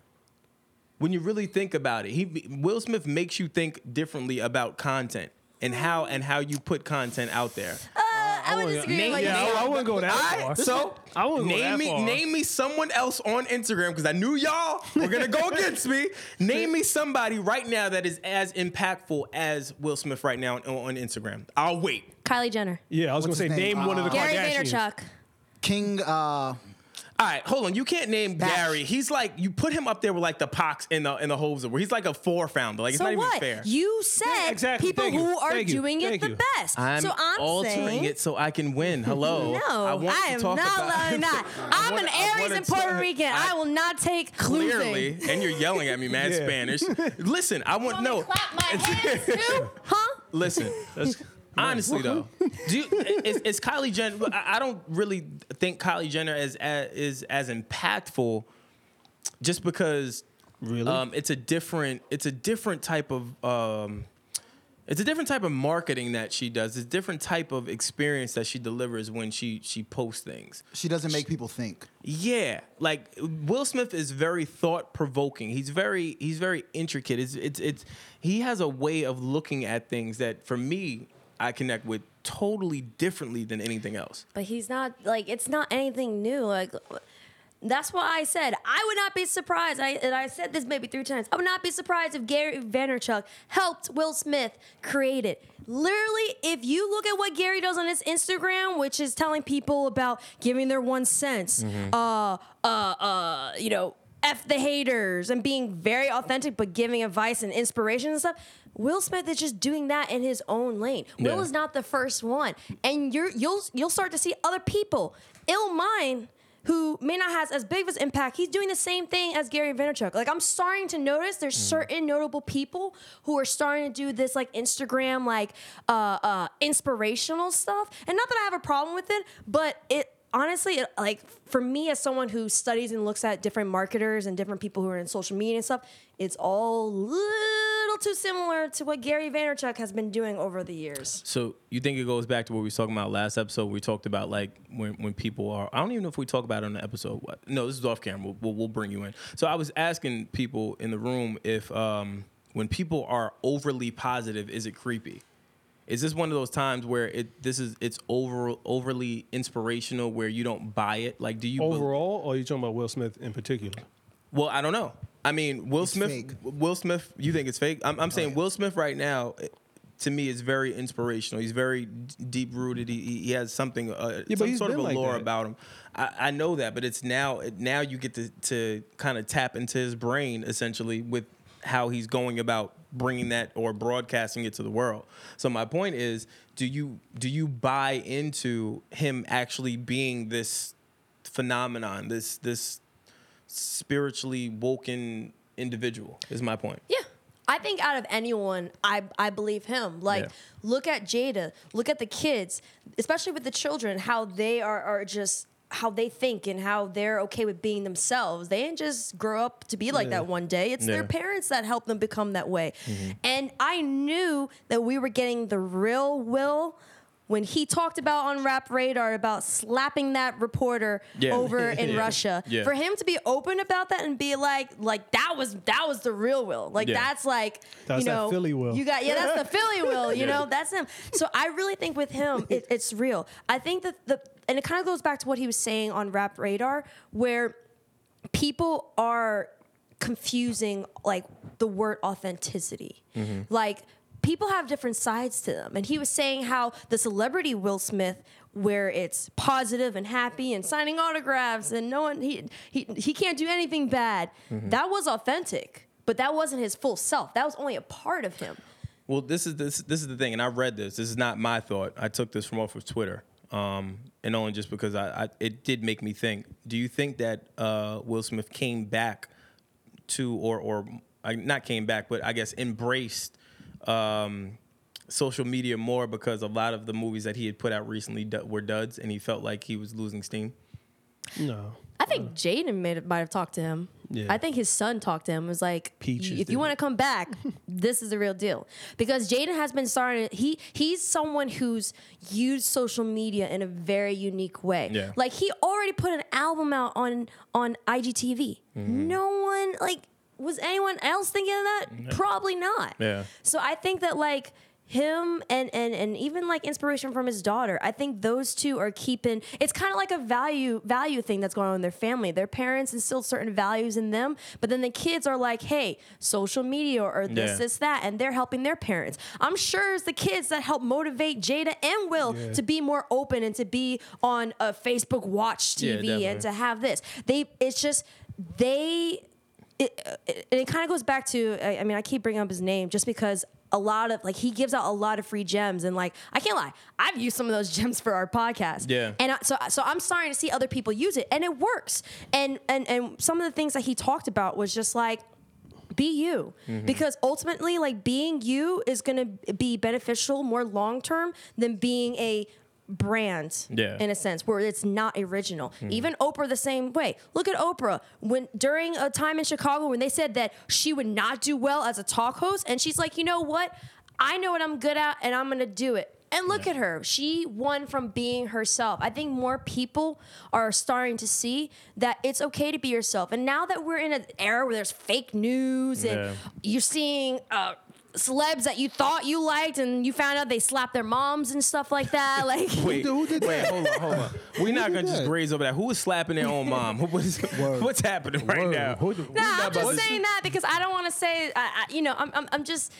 C: When you really think about it, he Will Smith makes you think differently about content and how and how you put content out there.
A: Uh, I would disagree. with what you
B: Yeah,
A: said.
B: I, I wouldn't go that
C: I,
B: far.
C: so
B: I wouldn't go
C: name
B: that
C: me
B: far.
C: name me someone else on Instagram because I knew y'all were gonna go against me. Name me somebody right now that is as impactful as Will Smith right now on, on Instagram. I'll wait.
A: Kylie Jenner,
B: Yeah, I was
E: What's
B: gonna say
E: his name?
B: name one of the
A: Gary
B: Kardashians.
A: Vaynerchuk.
E: King. Uh,
C: All right, hold on. You can't name
E: Bash.
C: Gary. He's like you put him up there with like the Pox and the and the Hoser, where he's like a four founder. Like it's
A: So
C: not
A: what?
C: even fair.
A: You said
B: Yeah, exactly.
A: people
B: Thank you.
A: who are
B: Thank you.
A: doing it
B: Thank
A: the
B: you.
A: best.
C: I'm,
A: so I'm
C: altering
A: saying,
C: it Oh, so I can win. Hello.
A: No, I, am not allowing that. I'm
C: wanna- I
A: an Aries
C: wanna
A: and Puerto
C: talk-
A: Rican. I,
C: I-
A: will not take
C: Clearly,
A: losing.
C: and you're yelling at me, man.
B: Yeah.
C: Spanish. Listen, I want
A: Want me to
C: no.
A: clap my hands too, huh?
C: Listen, honestly though, do you, is, is Kylie Jenner? I I don't really think Kylie Jenner is as, is as impactful, just because
B: Really?
C: um, it's a different it's a different type of um, it's a different type of marketing that she does. It's a different type of experience that she delivers when she she posts things.
E: she doesn't make people think.
C: Yeah, like Will Smith is very thought provoking. He's very he's very intricate. It's it's it's he has a way of looking at things that for me I connect with totally differently than anything else.
A: But he's not like it's not anything new. Like that's why I said I would not be surprised. I and I said this maybe three times. I would not be surprised if Gary Vaynerchuk helped Will Smith create it. Literally, if you look at what Gary does on his Instagram, which is telling people about giving their one cents, uh, uh, uh, you know, f the haters and being very authentic, but giving advice and inspiration and stuff. Will Smith is just doing that in his own lane. Will
C: Yeah.
A: is not not the first one. And you're you'll you'll start to see other people. Ill Mind, who may not has as big of an impact, he's doing the same thing as Gary Vaynerchuk. Like I'm starting to notice there's certain notable people who are starting to do this like Instagram like uh, uh, inspirational stuff. And not that I have a problem with it, but it honestly it, like for me as someone who studies and looks at different marketers and different people who are in social media and stuff it's all little too similar to what gary vaynerchuk has been doing over the years
C: So you think it goes back to what we were talking about last episode? We talked about like when, when people are. I don't even know if we talk about it on the episode. What? No, this is off camera. We'll, we'll, we'll bring you in. So I was asking people in the room if um, when people are overly positive, is it creepy? Is this one of those times where it this is it's over overly inspirational where you don't buy it? Like, do you bel-
B: Overall, or are you talking about Will Smith in particular?
C: well, I don't know. I mean, Will Smith.
E: fake.
C: Will Smith. You think it's fake? I'm, I'm saying Will Smith right now. eh, To me, is very inspirational. He's very deep rooted. He, he- he has something, uh,
B: but
C: some
B: he's
C: sort of
B: been like
C: allure
B: that.
C: about him. I, I know that, but it's now it- now you get to to kind of tap into his brain essentially with how he's going about bringing that or broadcasting it to the world. So my point is, do you do you buy into him actually being this phenomenon, this this spiritually woken individual is my point.
A: Yeah. I think out of anyone, I, I believe him. Like,
C: Yeah.
A: look at Jada, look at the kids, especially with the children, how they are, are just how they think and how they're okay with being themselves. They didn't just grow up to be like that one day. It's their
C: Yeah. Mm-hmm.
A: parents that helped them become that way. And I knew that we were getting the real Will when he talked about on Rap Radar about slapping that reporter
C: Yeah.
A: over in
C: Yeah.
A: Russia,
C: Yeah.
A: for him to be open about that and be like, like that was that was the real Will. Like
C: Yeah.
A: that's like
B: That's
A: you
B: that
A: know
B: Philly Will.
A: You got yeah, that's the Philly Will. You
C: Yeah.
A: know that's him. So I really think with him, it, it's real. I think that the and it kind of goes back to what he was saying on Rap Radar where people are confusing like the word authenticity. Like people have different sides to them. And he was saying how the celebrity Will Smith where it's positive and happy and signing autographs and no one he he, he can't do anything bad. That was authentic, but that wasn't his full self. That was only a part of him.
C: Well, this is this this is the thing, and I read this. This is not my thought. I took this from off of Twitter, um, and only just because I, I it did make me think. Do you think that uh, Will Smith came back to, or or I- not came back, but I guess embraced um, social media more because a lot of the movies that he had put out recently du- were duds, and he felt like he was losing steam.
B: No.
A: I think Jaden may have- might have talked to him.
B: Yeah.
A: I think his son talked to him. and Was like,
B: Peaches
A: if
B: did
A: you want to come back, this is the real deal. Because Jaden has been starting. He he's someone who's used social media in a very unique way.
C: Yeah.
A: Like he already put an album out on on IGTV.
B: Mm-hmm.
A: No one like was anyone else thinking of that? Probably not.
C: Yeah.
A: So I think that like him and and and even like inspiration from his daughter. I think those two are keeping it's kind of like a value value thing that's going on in their family. Their parents instill certain values in them, but then the kids are like, "Hey, social media or this
C: Yeah.
A: this that," and they're helping their parents. I'm sure it's the kids that help motivate Jada and Will to be more open and to be on a Facebook Watch
C: Yeah,
A: TV and
C: definitely.
A: to have this. They it's just they it, it, and it kind of goes back to I, I mean I keep bringing up his name just because a lot of like he gives out a lot of free gems and like I can't lie I've used some of those gems for our podcast
C: Yeah.
A: and I, so so I'm starting to see other people use it and it works and and and some of the things that he talked about was just like be you
C: Mm-hmm.
A: because ultimately like being you is going to be beneficial more long term than being a brand
C: Yeah.
A: in a sense where it's not original even oprah the same way look at oprah when during a time in chicago when they said that she would not do well as a talk host and she's like you know what i know what i'm good at and i'm going to do it and look at her she won from being herself i think more people are starting to see that it's okay to be yourself and now that we're in an era where there's fake news and
C: Yeah.
A: you're seeing uh, celebs that you thought you liked and you found out they slapped their moms and stuff like that like
C: Wait,
B: who did
C: wait,
B: that?
C: hold on, hold on. We're not gonna just
B: that?
C: graze over that. Who is slapping their own mom? Who was, what's happening right
B: Word.
C: now?
B: Who the-
A: No,
B: we not
A: I'm
B: about
A: just
B: to-
A: saying that because I don't want to say, I, I, you know, I'm, I'm, I'm just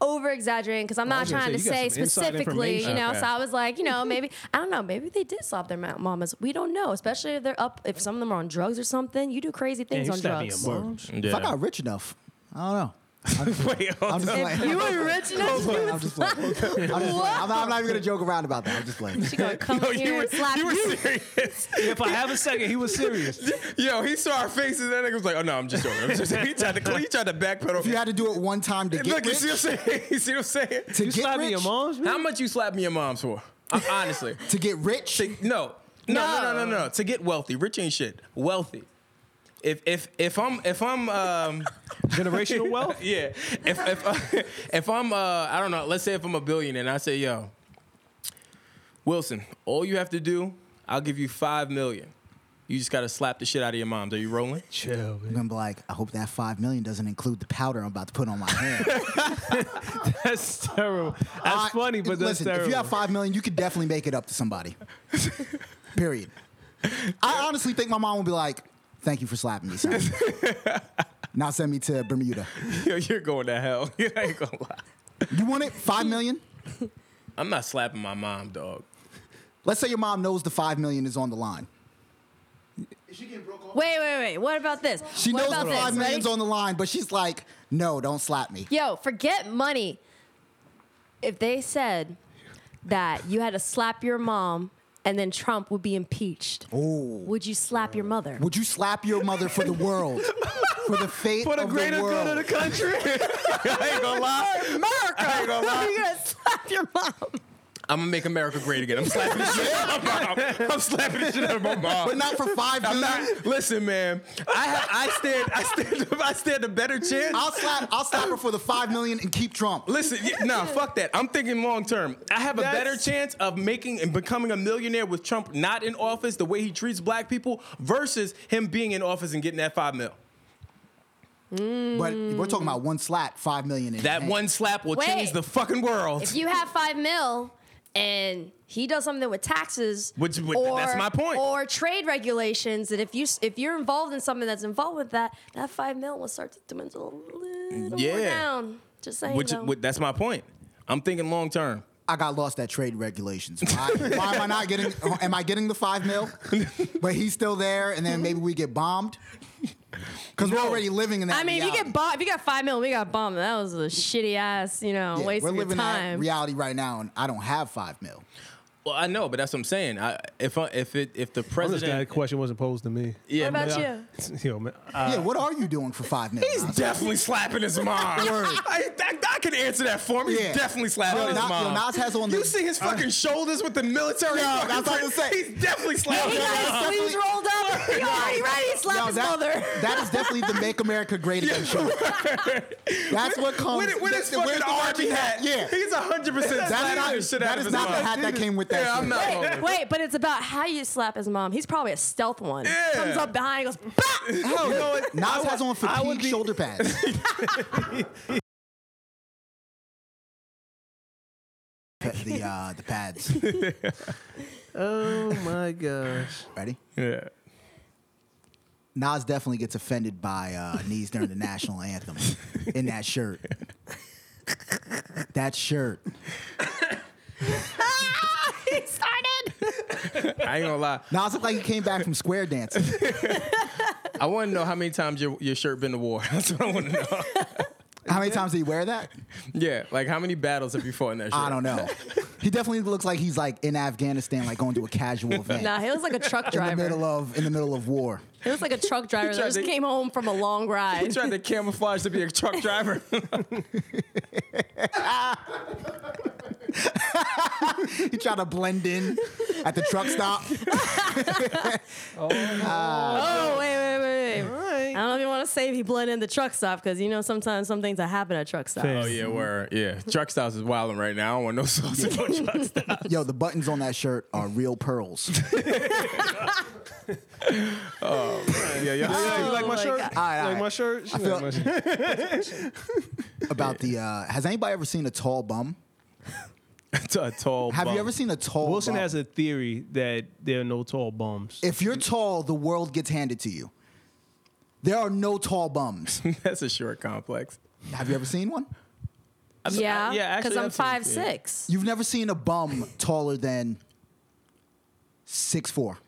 A: over exaggerating because I'm not
B: was gonna
A: trying to
B: say, you got
A: say
B: some inside
A: specifically, you
B: information.
A: know.
C: Okay.
A: So I was like, you know, maybe I don't know, maybe they did slap their ma- mamas. We don't know, especially if they're up, if some of them are on drugs or something. You do crazy
B: Yeah,
A: things
B: you
A: on
B: slapped me
A: drugs.
B: in March.
E: If I got rich enough, I don't know.
C: Wait, hold
E: I'm just
C: on.
E: like,
A: You were rich enough.
E: I'm just like, I'm, just playing. I'm, not, I'm not even gonna joke around about that. I'm just like,
A: She gonna come
C: Yo,
A: here
C: you were,
A: and slap
C: you
A: you.
C: were serious.
B: If I have a second, he was serious.
C: Yo, he saw our faces. That nigga was like, "Oh no, I'm just joking." I'm just joking. He tried to, he tried to backpedal.
E: if you had to do it one time to get
C: Look, you
E: rich,
C: see what I'm saying? You see what I'm saying?
E: to
B: You
E: get
B: slapped
E: rich,
B: me your mom's?
C: How much you slapping your moms for? Uh, honestly,
E: to get rich,
C: To- no. No, no, no, no, no, To get wealthy, rich ain't shit. Wealthy. If if if I'm if I'm um
B: Generational wealth?
C: yeah. If if uh, if I'm uh I don't know, let's say if I'm a billionaire and I say, yo, Wilson, all you have to do, I'll give you five million. You just gotta slap the shit out of your moms. Are you rolling?
B: Chill,
E: I'm
B: man.
E: gonna be like, I hope that five million doesn't include the powder I'm about to put on my hand.
B: That's terrible. That's
E: I-
B: funny, but that's
E: listen,
B: terrible.
E: if you have five million, you could definitely make it up to somebody. Period. I honestly think my mom would be like, "Thank you for slapping me, son." now send me to Bermuda.
C: Yo, you're going to hell. You ain't gonna lie.
E: You want it? Five million?
C: I'm not slapping my mom, dog.
E: Let's say your mom knows the five million is on the line.
A: Wait, wait, wait. What about this?
E: She
A: what
E: knows
A: about
E: the five
A: this?
E: million's
A: Ready?
E: on the line, but she's like, "No, don't slap me."
A: Yo, forget money. If they said that you had to slap your mom and then Trump would be impeached, would you slap your mother?
E: Would you slap your mother for the world, for the fate
B: For the
E: of
B: greater
E: the world?
B: good of the country.
C: I ain't gonna lie.
A: America!
C: I ain't gonna lie.
A: You're gonna slap your mom.
C: I'm gonna make America great again. I'm slapping the shit out of my mom. I'm slapping the shit out of my mom.
E: But not for five
C: I'm not.
E: billion.
C: Listen, man. I have, I stand. I stand. I stand a better chance.
E: I'll slap. I'll slap her for the five million and keep Trump.
C: Listen, yeah, nah, fuck that. I'm thinking long term. I have a
B: That's-
C: better chance of making and becoming a millionaire with Trump not in office, the way he treats black people, versus him being in office and getting that five mil.
E: But we're
A: Mm.
E: talking about one slap, five million. In
C: That
E: hand.
C: one slap will
A: Wait.
C: change the fucking world.
A: If you have five mil and he does something with taxes,
C: Which- which- that's my point.
A: Or trade regulations, and if you s- if you're involved in something that's involved with that, that five mil will start to dwindle a little more
C: Yeah.
A: down. Just saying.
C: Which,
A: though.
C: which that's my point. I'm thinking long term.
E: I got lost at trade regulations. Why, why am I not getting? uh, Am I getting the five mil? But he's still there, and then maybe we get bombed because we're already living in that.
A: I mean, if you
E: reality.
A: get bombed, if you got five mil, we got bombed. That was a shitty ass, you know,
E: Yeah,
A: waste
E: we're
A: of your
E: living that
A: time.
E: reality right now, and I don't have five mil.
C: Well, I know, but that's what I'm saying. I, if I, if it if the
B: I'm just glad
C: president,
B: that question wasn't posed to me.
C: yeah,
A: what about
C: man,
A: you?
B: Yo, man,
E: yeah, what are you doing for five mil?
C: Uh, He's
E: Nas?
C: definitely slapping his mom. I, I, I can answer that for him. He's
E: Yeah.
C: definitely slapping
E: Yo,
C: his
E: Nas- yo,
C: mom.
E: Nas has on
C: you
E: the-
C: see his fucking shoulders with the military.
E: Yo,
C: fucking
E: that's what I'm
C: print.
E: saying.
C: He's definitely slapping
A: He
C: his
E: Yeah,
A: got
E: that's
A: his
C: mom.
A: sleeves
E: definitely-
A: rolled up. He already ready to slap
E: Yo,
A: his
E: that-
A: mother.
E: that is definitely the Make America Great Again show. That's what comes
C: With, with his
E: that's the-
C: fucking
E: where's the Archie
C: army hat.
E: Yeah.
C: He's 100%
E: That
C: slapping the
E: is,
C: shit out
E: that
C: of
E: is
C: his
E: not the
C: mom.
E: hat that came with that.
C: Yeah,
E: shit.
C: I'm not.
A: Wait, wait, but it's about how you slap his mom. He's probably a stealth one.
C: Yeah.
A: Comes up behind, goes, bah!
E: Hell, no, Nas has on
C: I would
E: fatigue
C: be-
E: shoulder pads. the uh, the pads.
B: oh my gosh.
E: Ready?
C: Yeah.
E: Nas definitely gets offended by uh, knees during the national anthem in that shirt. That shirt.
A: he started.
C: I ain't gonna lie.
E: Nas looked like he came back from square dancing.
C: I want to know how many times your, your shirt been to war. That's what I want to know.
E: How many times did he wear that?
C: yeah, like how many battles have you fought in that shirt?
E: I don't know. He definitely looks like he's like in Afghanistan, like going to a casual event
A: Nah, he looks like a truck
E: in the
A: driver.
E: middle of in the middle of war.
A: He looks like a truck driver that
C: tried
A: just
C: to-
A: came home from a long
C: He
A: ride.
C: tried to camouflage to be a truck driver.
E: He tried to blend in at the truck stop.
A: Oh, wait, wait, wait, wait. I
B: right.
A: don't know if you want to say if he bled in the truck stop because you know sometimes some things that happen at truck stops.
B: Fair.
C: Oh yeah, where yeah, truck stops is wilding right now. I don't want no sauce in no truck stop.
E: Yo, the buttons on that shirt are real pearls.
C: Yeah, yeah.
B: you like my
A: Oh my
B: shirt?
A: God.
E: All right, all
B: like
E: right.
B: my shirt? She
E: I feel-
B: like my shirt.
E: About the uh, has anybody ever seen a tall bum?
C: It's a tall.
E: Have
C: bum.
E: you ever seen a tall
B: Wilson
E: bum?
B: has a theory that there are no tall bums.
E: if you're tall, the world gets handed to you. There are no tall bums.
C: That's a short complex.
E: Have you ever seen one?
C: I've-
A: Yeah,
C: I- yeah.
A: because
C: actually,
A: I'm
C: I've seen-
A: five
C: yeah.
A: six.
E: You've never seen a bum taller than six four.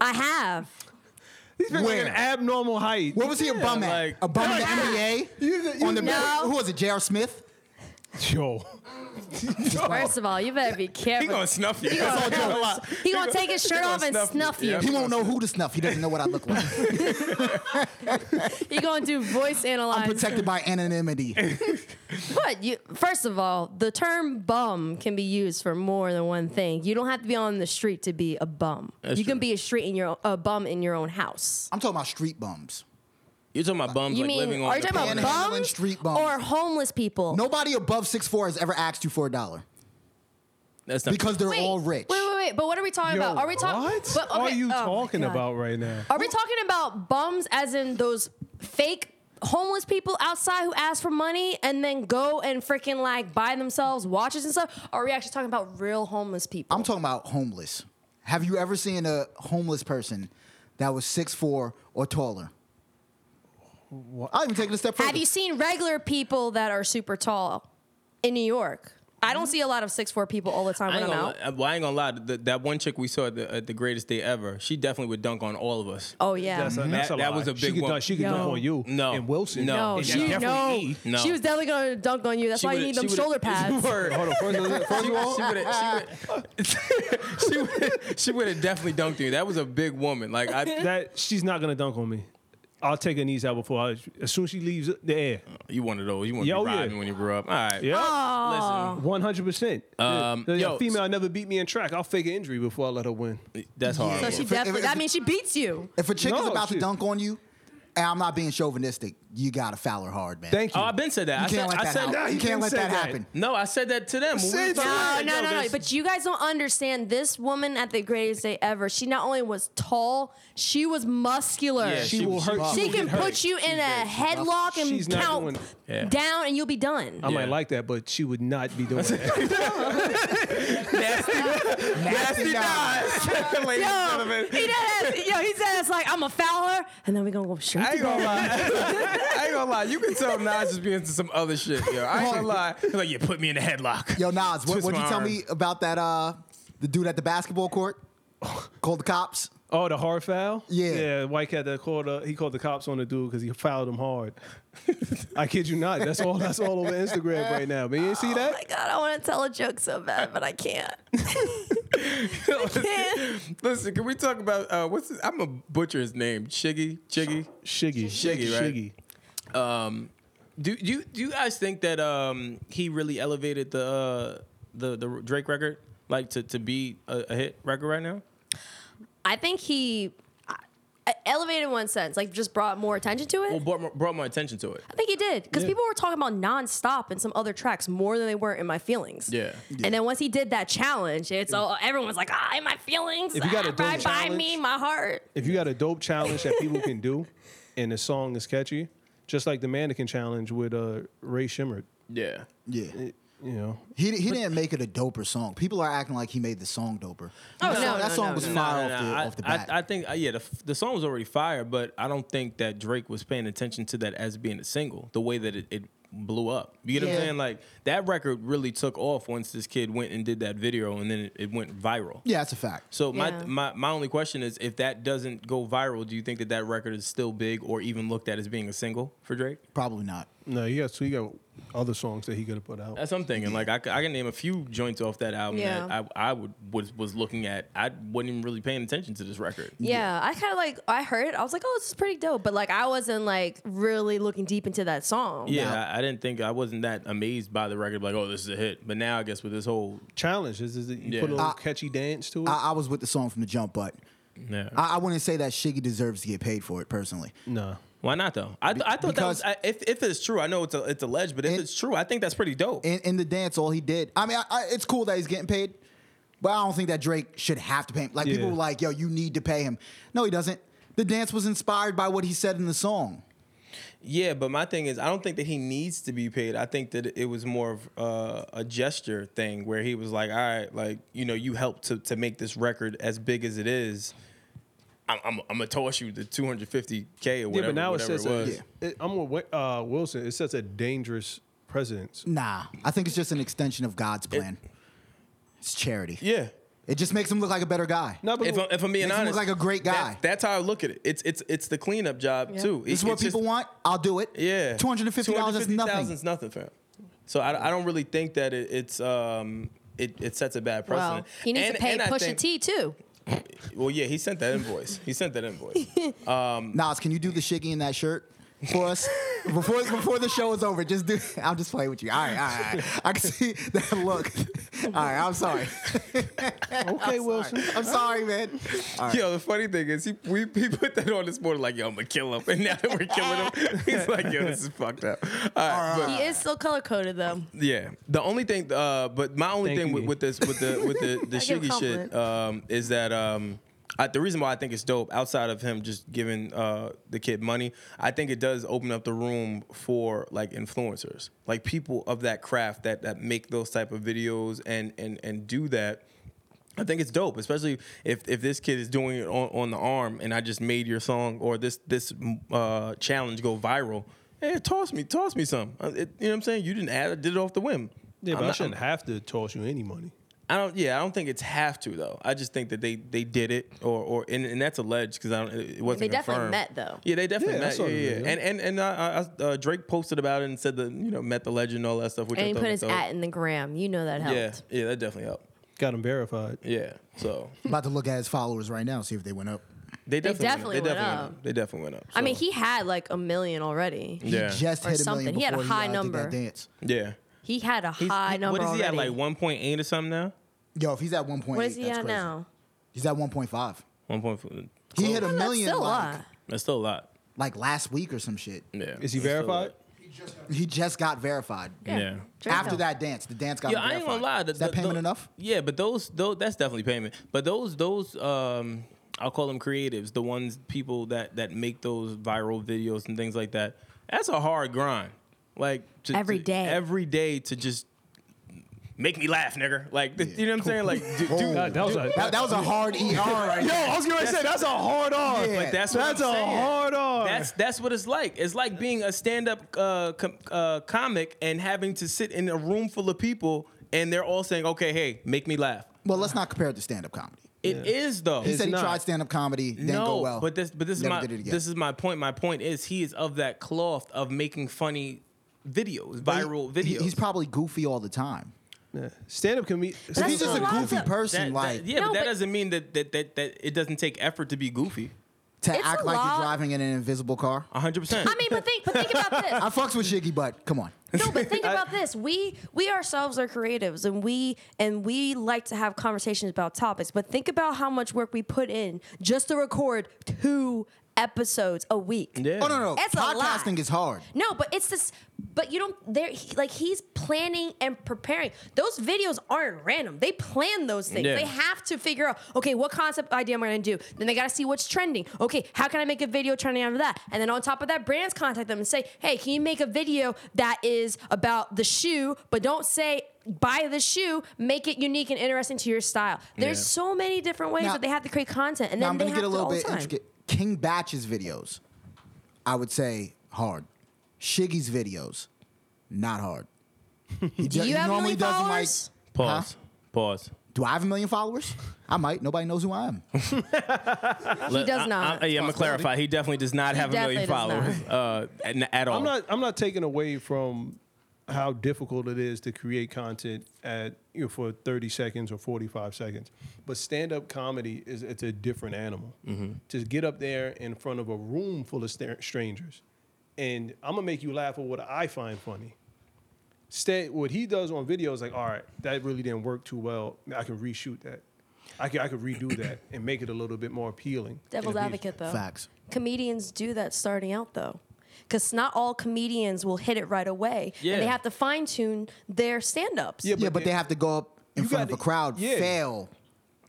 A: I have.
B: He's been like
E: Where?
B: an abnormal height.
E: What was he a bum at?
C: like-
E: a bum in the NBA? on the
A: No.
E: who was it? J.R. Smith?
B: Yo.
A: First of all, you better be
C: He
A: careful.
C: gonna snuff you.
A: gonna-
C: That's all I'm saying.
A: He gonna take his shirt
C: gonna
A: off and
C: snuff you.
A: snuff you.
C: Yeah.
E: He won't know who to snuff. He doesn't know what I look like.
A: He gonna do voice analyze.
E: I'm protected by anonymity.
A: But you, first of all, the term bum can be used for more than one thing. You don't have to be on the street to be a bum.
C: That's
A: you can
C: true.
A: be a street in your a bum in your own house.
E: I'm talking about street bums.
C: You're talking about bums
A: You
C: like
A: mean
C: living on.
A: are you
C: the
A: talking
C: planet.
A: about
E: panhandling
A: bums,
E: street bums.
A: or homeless people?
E: Nobody above six four has ever asked you for a dollar
C: That's not
E: because they're
A: Wait,
E: all rich.
A: Wait, wait, wait. But what are we talking about? Are we talking?
B: What
A: but,
B: are
A: okay,
B: you
A: oh my
B: talking
A: God.
B: about right now?
A: Are we talking about bums as in those fake homeless people outside who ask for money and then go and freaking like buy themselves watches and stuff? Or are we actually talking about real homeless people?
E: I'm talking about homeless. Have you ever seen a homeless person that was six four or taller? I'll even take it a step further.
A: Have you seen regular people that are super tall in New York? I don't see a lot of six four people all the time
C: I
A: when
C: ain't,
A: I'm
C: gonna,
A: out.
C: li- well, I ain't gonna lie. The, that one chick we saw at the, at the greatest day ever, she definitely would dunk on all of us.
A: Oh yeah.
B: That's a, that's a
C: That- that
B: lie.
C: was a
B: she
C: big
B: could
C: one.
B: dunk- she could
A: No.
B: dunk on you.
C: No.
B: And Wilson.
C: No.
A: no,
B: And
A: she
B: definitely
A: no.
B: E.
C: No.
A: She was definitely gonna dunk on you. That's
C: She
A: why you
C: would've-
A: need
C: she
A: them
C: would've-
A: shoulder pads.
C: Word.
B: Hold on. First of all- first
C: She
B: of all,
C: would have she would she would have definitely dunked you. That was a big woman. Like I
B: that she's not gonna dunk on me. I'll take her knees out before I, as soon as she leaves the air.
C: You one of those. You want to
B: Yo,
C: be
B: yeah.
C: riding when you grew up. All right.
B: Yeah.
C: Listen,
B: One hundred percent.
C: Ah. Um, yo,
B: female never beat me in track. I'll fake an injury before I let her win.
C: that's hard.
A: So she
E: If it-
A: definitely.
E: if it-
A: I mean, she beats you.
E: If a chick is
B: No,
E: about to
B: shit.
E: dunk on you, and I'm not being chauvinistic, you gotta foul her hard, man.
B: Thank you.
C: Oh, I've been said that.
E: you
C: I
E: can't
C: said,
E: let
C: I
E: that
C: said
E: happen.
B: nah,
E: you
B: you
E: can't
B: can't
E: let
B: say
E: that
B: that.
E: happen.
C: no. I said that to them. When we
B: Said
C: were talking about
B: that.
C: it,
B: Yo,
D: no, no, no.
B: there's-
D: But you guys don't understand. This woman at the greatest day ever. She not only was tall, she was muscular.
C: Yeah,
B: she,
C: she
B: will
C: was-
B: hurt.
E: she
B: will
D: She
E: She
B: get
D: can
B: hurt.
D: put you in a headlock and
B: She's not
D: count
B: doing-
C: Yeah.
D: down, and you'll be done.
B: I
C: Yeah.
B: might like that, but she would not be doing that.
E: Nasty Nas.
C: Nas. Ladies and
D: Yo,
C: gentlemen.
D: he does. Yo, he says like I'm a foul her, and then we gonna go straight.
C: I
D: to
C: ain't gonna lie. I ain't gonna lie. You can tell Nas is being into some other shit, yo. I ain't gonna lie. He's like, you put me in a headlock.
E: Yo, Nas, what
C: Twist
E: would you
C: my
E: tell
C: arm.
E: me about that? Uh, the dude at the basketball court called the cops.
B: oh, the hard foul.
E: Yeah.
B: yeah. White cat that called. Uh, he called the cops on the dude because he fouled him hard. I kid you not. That's all. That's all over Instagram right now. Man, you ain't see
D: Oh
B: that?
D: my god, I want to tell a joke so bad, but I can't.
C: listen, listen, can we talk about uh, what's? His, I'm a butcher his name. Chiggy, Chiggy.
B: Shiggy.
C: Shiggy, right? Um, do do you do you guys think that um he really elevated the uh, the the Drake record like to to be a, a hit record right now?
D: I think he I- elevated in one sense, like just brought more attention to it.
C: Well, brought more, brought more attention to it.
D: I think he did because people were talking about nonstop in some other tracks more than they were in my feelings.
C: Yeah.
D: And then once he did that challenge, it's all everyone's like, ah, in my feelings.
B: If you got a
D: ah,
B: dope
D: right by
B: challenge-
D: me, my heart.
B: if you got a dope challenge that people can do and the song is catchy, just like the mannequin challenge with uh, Ray Shimmered,
C: Yeah.
E: Yeah,
B: you know.
E: he, he didn't make it a doper song. People are acting like he made the song doper.
D: Oh,
E: that
D: no,
E: song, that
D: no,
E: song
D: no,
E: was
D: no,
E: fire
C: No,
E: off,
C: no,
E: the,
C: I,
E: off the
C: I-
E: bat.
C: I think uh, yeah, the, f- the song was already fire, but I don't think that Drake was paying attention to that as being a single. The way that it, it blew up, you get what
E: Yeah.
C: I'm saying? Like that record really took off once this kid went and did that video, and then it, it went viral.
E: yeah, that's a fact.
C: So my,
D: Yeah.
C: my my only question is, if that doesn't go viral, do you think that that record is still big or even looked at as being a single for Drake?
E: Probably not.
B: No, you got so you got other songs that he could have put out.
C: That's what I'm thinking. Like I, c- I can name a few joints off that album
D: Yeah.
C: that I, I would was was looking at. I wasn't even really paying attention to this record.
D: Yeah, I kind of like I heard it. I was like, oh, this is pretty dope. But like, I wasn't like really looking deep into that song.
C: Yeah, I, I didn't think I wasn't that amazed by the record. Like, oh, this is a hit. But now I guess with this whole
B: Challenge is, is it, you
C: Yeah.
B: put a little
E: I-
B: catchy dance to it.
E: I, I was with the song from the jump, but
C: yeah.
E: I, I wouldn't say that Shiggy deserves to get paid for it personally.
B: nah,
C: why not though? I, th- I thought that was
E: because-
C: I, if if it's true. I know it's a, it's alleged, but if
E: And-
C: it's true, I think that's pretty dope.
E: In, in the dance, all he did. I mean, I, I, it's cool that he's getting paid, but I don't think that Drake should have to pay him. Like people
B: Yeah.
E: were like, "Yo, you need to pay him." No, he doesn't. The dance was inspired by what he said in the song.
C: Yeah, but my thing is, I don't think that he needs to be paid. I think that it was more of uh, a gesture thing where he was like, "All right, like you know, you helped to to make this record as big as it is. I'm I'm, I'm gonna toss you the 250k or
B: yeah,
C: whatever.
B: but now it
C: whatever
B: says
C: it
B: a-
C: was.
B: it- I'm with Wi- uh, Wilson. It says a dangerous precedence.
E: Nah, I think it's just an extension of God's plan. it's charity.
C: yeah.
E: It just makes him look like a better guy.
B: No, but
C: If I'm, if I'm being
E: Makes him
C: honest,
E: look like a great guy.
C: that- that's how I look at it. It's it's it's the cleanup job too.
E: This is what people want. I'll do it.
C: Yeah,
E: two hundred and fifty dollars is
C: $250,000
E: nothing.
C: is nothing, fam. So I, I don't really think that it, it's um it, it sets a bad
D: Well,
C: precedent.
D: he needs
C: And-
D: to pay
C: and I
D: Pusha
C: think-
D: T too.
C: Well, yeah, he sent that invoice. He sent that invoice.
E: Nas, can you do the Shiggy in that shirt for us before before the show is over? Just do. I'm just playing with you. All right, all right. All right. I can see that look. All right, I'm sorry.
B: okay, Wilson.
E: I'm sorry, man.
C: Yo, the funny thing is, he we he put that on this morning like, yo, I'm gonna kill him, and now that we're killing him, he's like, yo, this is fucked up. All right, but-
D: He is still color coded though.
C: Yeah. The only thing, uh, but my only
B: Thank
C: thing with,
B: you.
C: with this, with the with the the
D: I give a
C: Shiggy shit,
D: compliment.
C: um, is that um, I, the reason why I think it's dope, outside of him just giving uh the kid money, I think it does open up the room for like influencers, like people of that craft that that make those type of videos and and and do that. I think it's dope, especially if, if this kid is doing it on, on the arm, and I just made your song or this this uh, challenge go viral. Hey, toss me, toss me some. Uh, it- you know what I'm saying? You didn't add, I did it off the whim.
B: Yeah, but
C: I'm
B: I
C: not-
B: shouldn't have to toss you any money.
C: I don't. Yeah, I don't think it's have to though. I just think that they they did it, or or and, and that's alleged because I don't. It wasn't.
D: They definitely
C: confirmed.
D: met, though.
C: Yeah, they definitely
B: Yeah, I
C: met.
B: saw
C: Yeah,
B: the
C: yeah.
B: video.
C: And and and uh, uh, uh, Drake posted about it and said that you know met the legend and all that stuff. Which I
D: And he
C: thought
D: put
C: was
D: his
C: dope.
D: at in the gram. You know that helped.
C: Yeah, yeah, that definitely helped.
B: Got him verified.
C: Yeah, so
E: About to look at his followers right now, see if they went up.
C: They definitely,
A: definitely
C: went,
A: went
C: up.
A: up.
C: They definitely went up.
A: I mean,
C: so,
A: he had like a million already.
E: He
C: yeah,
E: just
A: Or
E: hit a million
A: something. He had a
E: before
A: high
E: uh, did that
A: number.
E: dance.
C: yeah.
A: He had a
C: He's-
A: high
C: he-
A: number
C: What is he at?
A: already.
C: Like one point eight or something now?
E: Yo, if he's at 1.8,
A: what is he
E: that's
A: at
E: crazy.
A: now?
E: He's at 1.5.
C: One point four.
E: He hit a
A: That's
E: million
A: still a
E: like,
A: lot.
C: That's still a lot.
E: like last week or some shit.
C: Yeah.
B: Is
C: that's
B: he
C: still a
B: verified?
C: lot.
E: He just got verified.
C: Yeah.
A: Drake
E: After
A: don't.
E: that dance, the dance got
C: Yeah,
E: verified.
C: I ain't gonna lie. the-
E: Is that
C: the-
E: payment
C: the-
E: enough?
C: Yeah, but those, those, that's definitely payment. But those, those, um, I'll call them creatives, the ones people that that make those viral videos and things like that. That's a hard grind. Like to,
A: Every
C: to-
A: day.
C: every day to just make me laugh, nigga. Like you know what I'm saying? Like, dude,
E: Oh.
B: That, that was a,
E: That, that was a hard ER right
B: yo,
E: there.
B: I was gonna say that's a hard R.
E: Yeah.
C: like E. that's what
B: That's
C: I'm
B: a
C: saying.
B: hard R.
C: That's that's what it's like. It's like being a stand-up uh, com- uh, comic and having to sit in a room full of people and they're all saying, "Okay, hey, make me laugh."
E: Well, let's not compare it to stand up comedy.
C: It is though.
E: He said he
B: not.
E: tried stand up comedy, didn't
C: no,
E: go well.
C: but this but this is
E: never
C: my
E: did it again.
C: this is my point. My point is he is of that cloth of making funny videos, viral
E: He-
C: videos.
E: He's probably goofy all the time.
B: Stand up comedian.
E: If he's just a
A: what a lot
E: goofy
A: of-
C: That-
E: person,
C: that-
E: like
C: yeah,
A: No,
C: but that
A: but-
C: doesn't mean that that, that that it doesn't take effort to be goofy.
E: to
A: It's
E: act
A: a
E: like
A: lot.
E: you're driving in an invisible car.
C: hundred percent.
A: I mean, but think, but think about this.
E: I fucks with Shiggy, but come on.
A: No, but think about this. We we ourselves are creatives and we and we like to have conversations about topics, but think about how much work we put in just to record two episodes a week.
C: yeah.
E: Oh no, no,
A: That's a lot.
E: podcasting is hard.
A: No, but it's this but you don't there he- like he's planning and preparing. Those videos aren't random. They plan those things.
C: Yeah.
A: They have to figure out, okay, what concept idea am I gonna do? Then they gotta see what's trending. Okay, how can I make a video trending out of that? And then on top of that, brands contact them and say, hey, can you make a video that is about the shoe, but don't say buy the shoe, make it unique and interesting to your style. There's
C: Yeah.
A: so many different ways
E: Now-
A: that they have to create content and
E: Now
A: then
E: I'm
A: they
E: gonna
A: have
E: get
A: to
E: a little
A: all the
E: bit
A: time.
E: intricate. King Batch's videos, I would say hard. Shiggy's videos, not hard. He ju-
A: you
E: he
A: have a million
E: does them, like-
A: followers?
C: Pause. Pause.
E: Do I have a million followers? I might. Nobody knows who I am.
C: Let-
A: does
C: I-
A: not.
C: I, am gonna clarify. He definitely does not have a million
A: definitely
C: followers
A: does
C: uh, at, at all.
B: I'm not. I'm not taking away from how difficult it is to create content at you know, for 30 seconds or 45 seconds. But stand-up comedy is it's a different animal. To get up there in front of a room full of stra- strangers, and I'm gonna make you laugh at what I find funny. Stay, what he does on video is like, all right, that really didn't work too well. I can reshoot that. I could, I could redo that and make it a little bit more appealing.
A: Devil's
B: And appease-
A: advocate, though.
E: Facts.
A: Comedians do that starting out, though. Because not all comedians will hit it right away.
C: Yeah.
A: And they have to fine tune their stand ups.
B: Yeah,
E: yeah, but they have to go up in
B: You
E: front of a
B: gotta-
E: crowd,
B: yeah.
E: fail.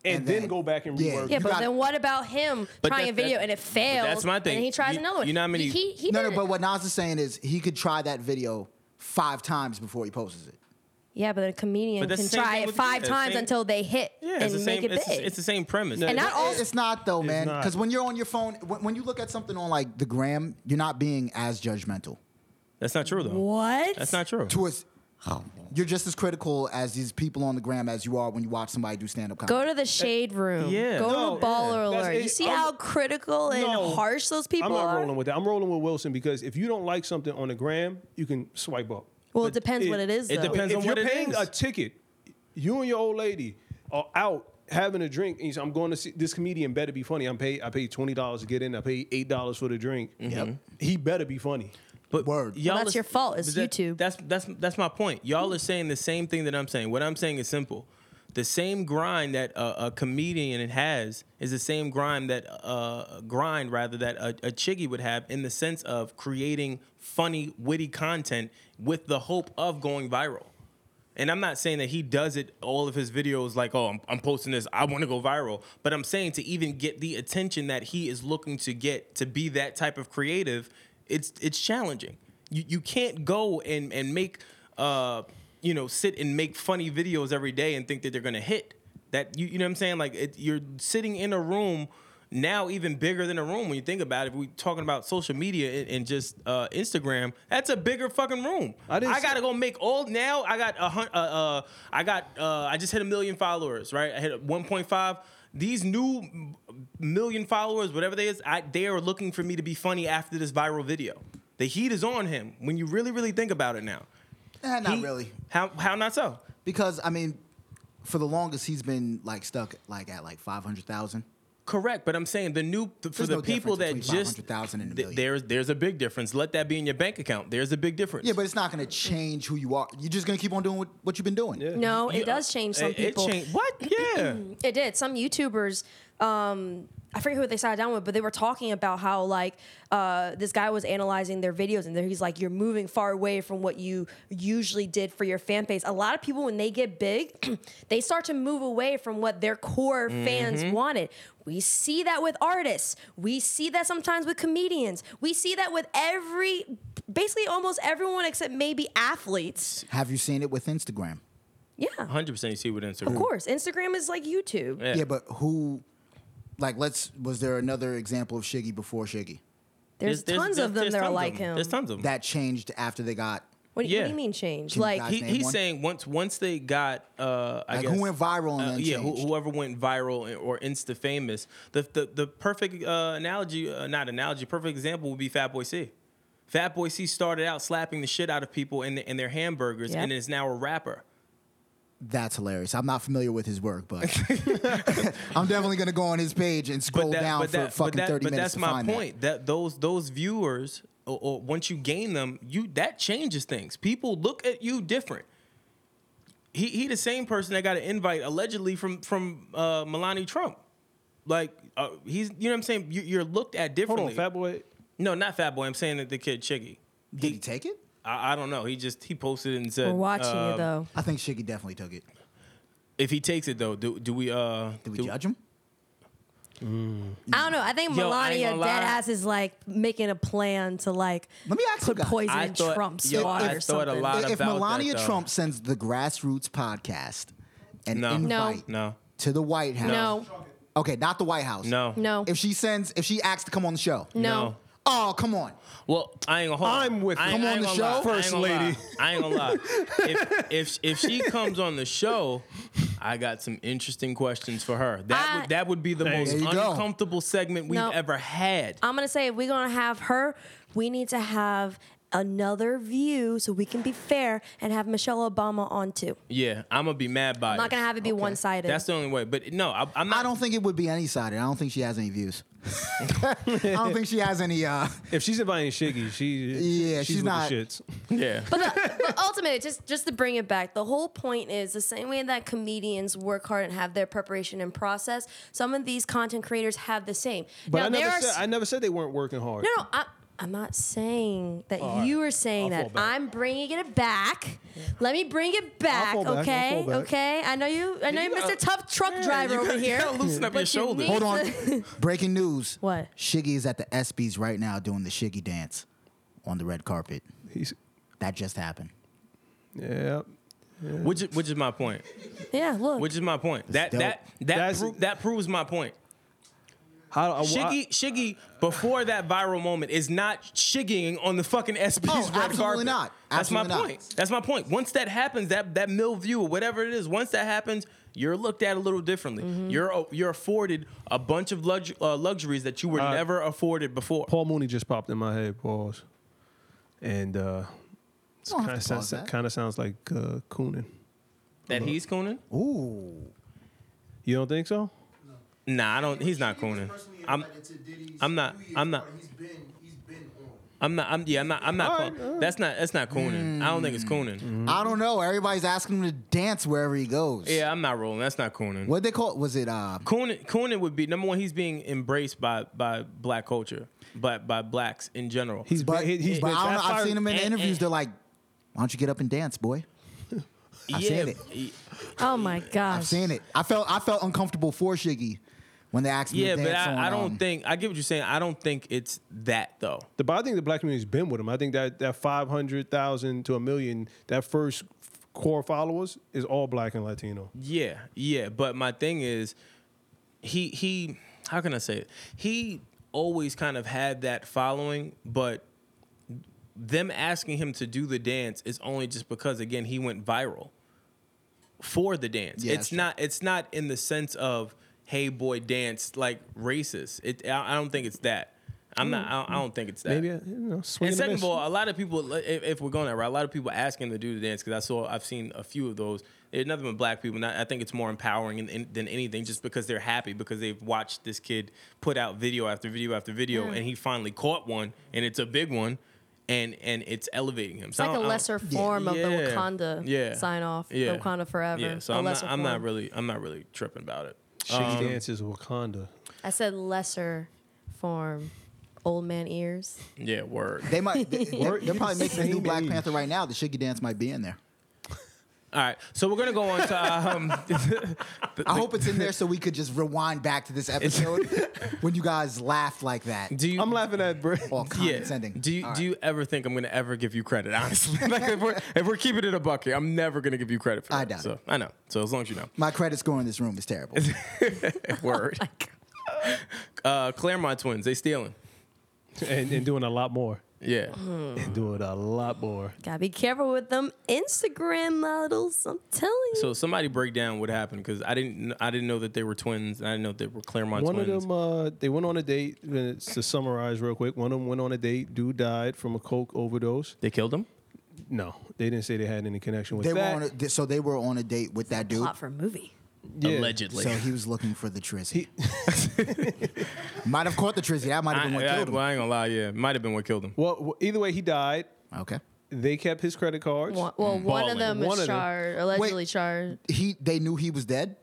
B: and,
E: and
B: then,
E: then-
B: go back and
E: Yeah.
B: rework.
E: Yeah,
B: it.
A: but
E: gotta-
A: then what about him
C: But
A: trying
C: that-
A: a video
C: that-
A: and it
C: but
A: failed?
C: that's my thing.
A: And he tries
C: You-
A: another one.
C: you know how many-
A: He, he, he
E: No, no,
A: did
E: but
A: it.
E: what Nas is saying is he could try that video five times before he posts it.
A: Yeah, but a comedian
C: But that's
A: can
C: the same
A: try
C: thing
A: it
C: with-
A: five
C: yeah,
A: times
C: same-
A: until they hit
C: yeah,
A: and
C: it's the
A: make
C: same.
A: it
C: it's,
A: big.
C: it's the same premise.
B: No,
A: and not all.
E: It- It's not though, man.
B: not.
E: Because when you're on your phone, when, when you look at something on like the gram, you're not being as judgmental.
C: That's not true though.
A: What?
C: That's not true.
E: Towards,
A: Oh.
E: you're just as critical as these people on the gram as you are when you watch somebody do stand up comedy.
A: Go to the shade room.
C: Yeah.
A: Go
B: No,
A: to baller
B: that's-
A: alert. You
B: it-
A: see
B: I'm-
A: how critical and
B: No.
A: harsh those people
B: I'm not
A: are?
B: rolling with that. I'm rolling with Wilson because if you don't like something on the gram, you can swipe up.
A: Well, it depends what it is,
C: it
A: though.
C: depends.
B: if
C: on
B: you're
C: what it
B: paying
C: is.
B: a ticket, you and your old lady are out having a drink, and you say, "I'm going to see this comedian. Better be funny. I'm paid. I paid twenty dollars to get in. I paid eight dollars for the drink. Yep. He better be funny.
C: But
E: Word.
C: y'all
A: Well, that's
C: is-
A: your fault. It's
C: but that-
A: YouTube.
C: That's that's that's my point. Y'all are saying the same thing that I'm saying. What I'm saying is simple. The same grind that a, a comedian has is the same grind that uh, grind rather that a, a chiggy would have in the sense of creating funny, witty content with the hope of going viral. And I'm not saying that he does it all of his videos like, oh, I'm, I'm posting this, I want to go viral. But I'm saying to even get the attention that he is looking to get to be that type of creative, it's it's challenging. You you can't go and and make uh you know sit and make funny videos every day and think that they're gonna hit. That you you know what I'm saying? Like it, you're sitting in a room now even bigger than a room when you think about it. If we're talking about social media and, and just uh, Instagram, that's a bigger fucking room. I,
B: I didn't say-
C: gotta go make all now. I got a hun- uh, uh, I got uh, I just hit a million followers, right? I hit 1.5. These new m- million followers, whatever they is, I, they are looking for me to be funny after this viral video. The heat is on him when you really, really think about it now.
E: Eh, not
C: He-
E: really,
C: How how not so?
E: because I mean, for the longest he's been like stuck like at like five hundred thousand
C: Correct, but I'm saying the new th- for
E: There's
C: the
E: no
C: people that
E: difference between
C: just
E: 500,000 and a
C: th-
E: million.
C: there's there's a big difference. Let that be in your bank account. There's a big difference.
E: Yeah, but it's not going to change who you are. You're just going to keep on doing what, what you've been doing. Yeah.
A: No, it does change some
C: uh, it,
A: people.
C: It changed. What? Yeah.
A: It did. Some YouTubers, um, I forget who they sat down with, but they were talking about how like uh, this guy was analyzing their videos and he's like, "You're moving far away from what you usually did for your fan base." A lot of people, when they get big, they start to move away from what their core fans wanted. We see that with artists. We see that sometimes with comedians. We see that with every, basically almost everyone except maybe athletes.
E: Have you seen it with Instagram?
A: Yeah,
C: 100% you see with Instagram.
A: of course. Instagram is like YouTube.
C: Yeah.
E: Yeah, but who? Like, let's. Was there another example of Shiggy before Shiggy
A: There's, tons of them
C: there's
A: that are
C: tons
A: like
C: them.
A: him.
C: There's tons of them.
E: that changed after they got?
A: What, do- what
C: Yeah.
A: do you mean change?
E: Can
A: Like
E: guys-
C: he,
E: name
C: he's
E: one?
C: saying once once they got uh, I
E: Like,
C: guess, uh,
E: who went viral and then
C: yeah, who-
E: changed?
C: whoever went viral or insta famous. The the, the perfect uh, analogy, uh, not analogy, perfect example would be Fatboy C. Fatboy C started out slapping the shit out of people in, in their hamburgers
A: Yeah.
C: and is now a rapper.
E: That's hilarious. I'm not familiar with his work, but I'm definitely going to go on his page and scroll down for fucking
C: but that-
E: 30
C: but
E: minutes
C: that's
E: to
C: my
E: find that.
C: point. That. those those viewers, or, or once you gain them, you that changes things. People look at you different. He he, the same person that got an invite allegedly from from uh, Melania Trump. Like uh, he's, you know what I'm saying. You, you're looked at
B: Hold
C: differently.
B: on, Fat Boy.
C: No, not Fat Boy. I'm saying that the kid Chiggy.
E: Did he take it?
C: I, I don't know. He just he posted and said.
A: We're watching
C: uh,
A: you though.
E: I think Shiggy definitely took it.
C: If he takes it though, do do we uh
E: Did we judge him? Mm.
A: I don't know. I
C: Yo, I
A: think
C: ain't
A: Melania
C: gonna lie.
A: deadass is like making a plan to like
E: Let me ask you
A: put
E: guys.
A: poison
C: I
A: in
C: thought-
A: Trump's
C: yo,
A: water
C: I
A: or
C: thought a
A: something.
C: lot
E: If
C: about that,
E: Melania
C: though.
E: Trump sends the Grassroots podcast an
C: No. No.
E: invite
C: No.
E: to the White House,
A: No.
E: okay, not the White House,
C: No.
A: No.
E: If she sends, if she asks to come on the show,
A: No.
E: Oh, come on.
C: Well, I ain't gonna hold.
B: I'm with
C: I,
B: you.
C: ain't-
B: Come
C: I
B: on
C: ain't
B: the
C: gonna
B: show,
C: lie. I ain't
B: first
C: gonna lie.
B: lady.
C: I ain't gonna lie. If, if if she comes on the show, I got some interesting questions for her. That
A: I-
C: would that would be the most
E: you go.
C: uncomfortable segment we've
A: No.
C: ever had.
A: I'm gonna say if we're gonna have her, we need to have another view so we can be fair and have Michelle Obama on too.
C: Yeah, I'm gonna be mad by
A: I'm not gonna have it be one sided.
C: That's the only way. But no, I, I'm not.
E: I don't think it would be any sided. I don't think she has any views. I don't think she has any. Uh,
B: If she's inviting Shiggy, she
E: Yeah, she's
B: she's, with
E: not-
B: the shits.
C: Yeah.
A: But, the, but ultimately, just just to bring it back, the whole point is the same way that comedians work hard and have their preparation and process. Some of these content creators have the same.
B: But
A: now
B: I
A: there
B: never
A: are
B: said
A: s-
B: I never said they weren't working hard.
A: no, no, I, I'm not saying that
B: All right.
A: you were saying
B: I'll fall
A: that.
B: back.
A: I'm bringing it back. Let me bring it back,
B: fall back, I'll
A: okay?
B: fall back.
A: Okay, I know you. I know
C: You
A: you're Mr.
C: gotta-
A: Tough Truck Driver over here.
C: Gotta loosen up your
A: But you
C: shoulders.
A: need-
E: hold on. Breaking news.
A: What?
E: Shiggy is at the ESPYS right now doing the Shiggy dance on the red carpet.
B: He's
E: That just happened.
B: yeah.
C: Which is- which is my point.
A: Yeah, look.
C: Which is my point. That
E: dope.
C: that that
B: That's-
C: pro- that proves my point.
B: How I,
C: Shiggy, Shiggy, before that viral moment, is not shiggying on the fucking SP's
E: Oh,
C: red
E: absolutely
C: carpet.
E: not.
C: That's my
E: Absolutely not.
C: point. That's my point. Once that happens, that that mill view or whatever it is, once that happens, you're looked at a little differently.
E: Mm-hmm.
C: You're uh, you're afforded a bunch of lux, uh, luxuries that you were
B: Uh,
C: never afforded before.
B: Paul Mooney just popped in my head, pause. And uh
E: don't
B: kind
E: have to
B: of sounds
E: pause that.
B: kind of sounds like uh, Coonan.
C: that he's cooning?
E: Ooh.
B: You don't think so?
C: Nah, I don't. He's not cooning. I'm I'm not- I'm not-
F: He's been, he's been on.
C: I'm not. I'm yeah. I'm not. I'm not.
B: All right,
C: cooning.
B: all right.
C: That's not. That's not cooning. I don't think it's cooning.
E: I don't know. Everybody's asking him to dance wherever he goes.
C: Yeah, I'm not rolling. That's not cooning.
E: What they call it? Was it uh
C: Coonan, Coonan would be number one. He's being embraced by by black culture, but by blacks in general.
B: He's
E: but,
B: been, he- he's
E: but
B: been
E: I don't know. I've
B: Fire-
E: seen him in
C: eh, eh.
E: interviews. They're like, Why don't you get up and dance, boy? I've seen it.
C: y-
A: oh my gosh.
E: I've seen it. I felt I felt uncomfortable for Shiggy when they asked me
C: Yeah,
E: to dance
C: but
E: on,
C: I, I don't
E: um,
C: think I get what you're saying. I don't think it's that though.
B: The, but I think the black community's been with him. I think that that five hundred thousand to a million, that first core followers is all black and Latino.
C: Yeah, yeah. But my thing is, he he. How can I say it? He always kind of had that following, but them asking him to do the dance is only just because again he went viral for the dance.
E: Yeah,
C: it's
E: that's true.
C: not it's not in the sense of hey boy dance like racist. It I I don't think it's that. I'm not. I don't, I don't think it's that.
B: Maybe uh, you know, swing
C: And
B: a
C: second
B: miss.
C: of all, a lot of people, if, if we're going that route, a lot of people ask him to do the dance because I saw, I've seen a few of those. It's nothing but black people, and I I think it's more empowering in, in, than anything, just because they're happy because they've watched this kid put out video after video after video, and he finally caught one, and it's a big one, and and it's elevating him.
D: It's like a lesser form of the Wakanda sign off.
C: uh, Yeah.
D: The Wakanda forever.
C: Yeah, so
D: a
C: I'm not,
D: lesser
C: I'm not
D: form.
C: really, I'm not really tripping about it.
B: Shake
E: Um,
B: dances with Wakanda.
D: I said lesser form. Old man ears.
C: Yeah, word.
E: They might. They, they're, they're probably making a new
B: Same
E: Black
B: age.
E: Panther right now. The Shiggy dance might be in there.
C: All right, so we're gonna go on to um,
E: I hope it's in there so we could just rewind back to this episode when you guys laughed like that.
C: do you?
B: I'm laughing at Br-
E: All
C: yeah.
E: condescending.
C: Do you
E: All
C: do
E: right.
C: you ever think I'm gonna ever give you credit? Honestly, like if we're, if we're keeping it a bucket, I'm never gonna give you credit for that.
E: I doubt
C: so,
E: it. Oh
C: I know. So as long as you know,
E: My credit score in this room is terrible.
C: word. uh, Claremont twins, they stealing.
B: and, and doing a lot more.
C: Yeah,
E: Mm-hmm.
B: And doing a lot more.
A: Gotta be careful with them Instagram models. I'm telling you.
C: So somebody break down what happened because I didn't kn- I didn't know that they were twins. and I didn't know they were Claremont
B: One of
C: twins.
B: them, uh, they went on a date. and it's To summarize real quick, one of them went on a date. Dude died from a coke overdose.
C: they killed him.
B: No, they didn't say they had any connection with
E: they were
B: that.
E: on a, so they were on a date with that dude.
A: Plot for a movie.
B: Yeah.
C: Allegedly.
E: So he was looking for the trizzy. might have caught the trizzy. That might have
C: I,
E: been what
C: I-
E: killed him.
C: well, I ain't gonna lie. Yeah, might have been what killed him.
B: Well, w- either way, he died.
E: Okay.
B: They kept his credit cards.
D: One, well, one
C: Ballin'.
D: of them
B: One
D: was
B: of them.
D: charged, allegedly
E: Wait.
D: charged.
E: He. They knew he was dead.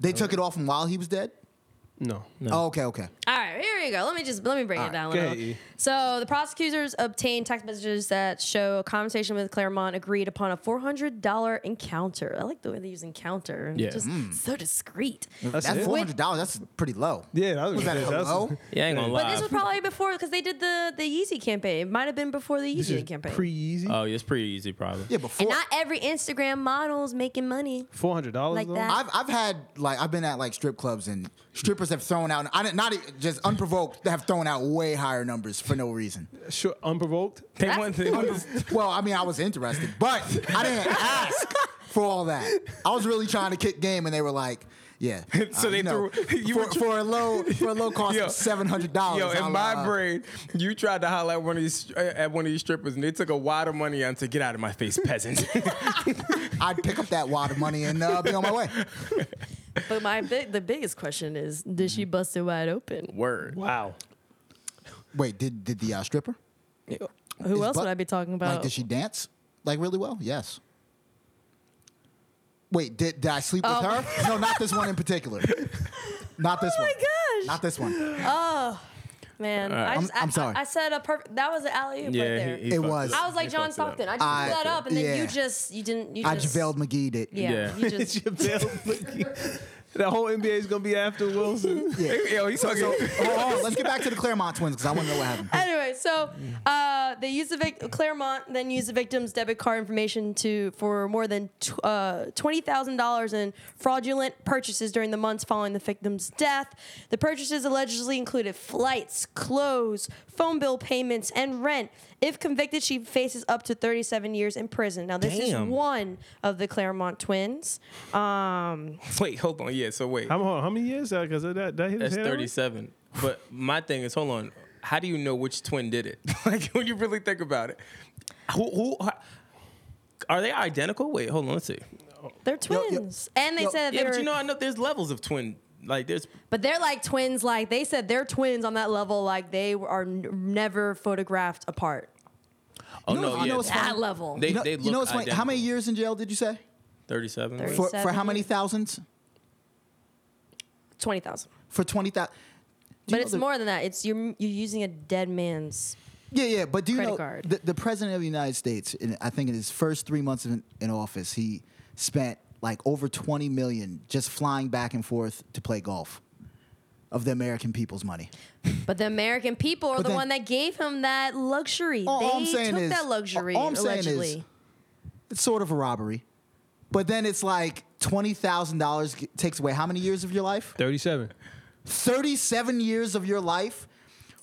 E: They took it off him while he was dead.
B: No.
E: Oh, okay. Okay.
A: All right, here we go. Let me just let me break it down. a
B: Okay.
A: little. So the prosecutors obtained text messages that show a conversation with Claremont agreed upon a four hundred dollar encounter. I like the way they use encounter.
C: Yeah.
A: It's just so discreet.
B: That's
E: That's
B: it?
E: four hundred dollars. That's pretty low.
B: Yeah, that was,
E: Was that
B: that's,
E: hello?
C: Yeah, I ain't gonna lie.
A: But this was probably before because they did the the Yeezy campaign. It might have been before the Yeezy campaign.
B: pre easy.
C: oh, yeah, it's pretty easy, probably.
E: Yeah,
A: and
E: before
A: not every Instagram model's making money.
B: Four hundred dollars.
A: Like
B: though?
A: that.
E: I've I've had like I've been at like strip clubs and strippers have thrown out. I didn't- not e- just unprovoked. They have thrown out way higher numbers for no reason.
B: Sure, unprovoked.
C: They want- they want-
E: Well, I mean, I was interested, but I didn't ask for all that. I was really trying to kick game, and they were like, "Yeah." uh,
C: So they threw- you
E: for,
C: were tr-
E: for a low for a low cost
C: Yo.
E: of seven hundred dollars. uh,
C: Yo, in my brain, you tried to holler at one of these uh, at one of these strippers, and they took a wad of money on to get out of my face, peasant.
E: I'd pick up that wad of money and uh, be on my way.
A: But my big, the biggest question is, did
E: Mm-hmm.
A: she bust it wide open?
C: Word.
B: Wow.
E: Wait, did did the uh, stripper
A: Who
E: Is
A: else
E: butt-
A: would I be talking about?
E: like? Did she dance like really well? Yes. Wait, did, did I sleep with
A: Oh.
E: her? No, not this one in particular. Not this one.
A: gosh.
E: Not this one.
A: Man, I
E: I'm-
A: just, i
E: I'm sorry.
A: I, said a perfect. That was an alley oop right there.
E: It was.
A: I was like
C: he
A: John
C: fucked it
A: Stockton.
C: up.
A: I just
E: I-
A: blew that up, and then
E: yeah.
A: you just you didn't. You
E: I
A: just
E: JaVale McGee did.
A: Yeah,
C: Yeah.
A: you just.
B: The whole NBA is gonna be after Wilson.
C: Yo, he's talking.
E: Hold on, let's get back to the Claremont twins because I want to know what happened.
A: anyway, so uh, they used the vic- Claremont then used the victim's debit card information to for more than tw- uh, twenty thousand dollars in fraudulent purchases during the months following the victim's death. The purchases allegedly included flights, clothes, phone bill payments, and rent. If convicted, she faces up to thirty-seven years in prison. Now, this
C: Damn.
A: is one of the Claremont twins. Um,
C: Wait, hold on. Yeah, so wait.
B: How, hold on, how many years? Because that that hit his
C: That's
B: head already?
C: 37. But my thing is, hold on. How do you know which twin did it? like when you really think about it, who, who are they identical? Wait, hold on. Let's see.
A: They're
E: Yo, yo,
A: twins, and they
E: yo,
A: said that
C: Yeah,
A: they
C: but
A: were.
C: you know, I know there's levels of twin. Like there's
A: But they're like twins. Like they said, they're twins on that level. Like they are n- never photographed apart.
C: oh
E: know-
C: no,
E: you
C: yeah,
E: know what's
A: That
E: funny?
A: level.
C: they
E: You know,
C: they
E: you know
C: look
E: what's funny? How many
C: identical.
E: years in jail did you say?
C: 37.
A: Thirty.
E: For, for how many thousands?
A: Twenty thousand.
E: For 20,000. Do you
A: But
E: know
A: it's
E: the-
A: more than that. It's you're you're using a dead man's.
E: Yeah, yeah. But do you
A: Credit
E: know
A: card.
E: The, the president of the United States? In, I think in his first three months in, in office, he spent like over 20 million just flying back and forth to play golf of the American people's money.
A: But the American people are
E: But
A: the
E: then-
A: one that gave him that luxury.
E: All-
A: they
E: all I'm saying
A: took
E: is-
A: that luxury
E: all I'm saying is-
A: allegedly.
E: It's sort of a robbery, but then it's like twenty thousand dollars takes away how many years of your life?
B: Thirty-seven.
E: 37 years of your life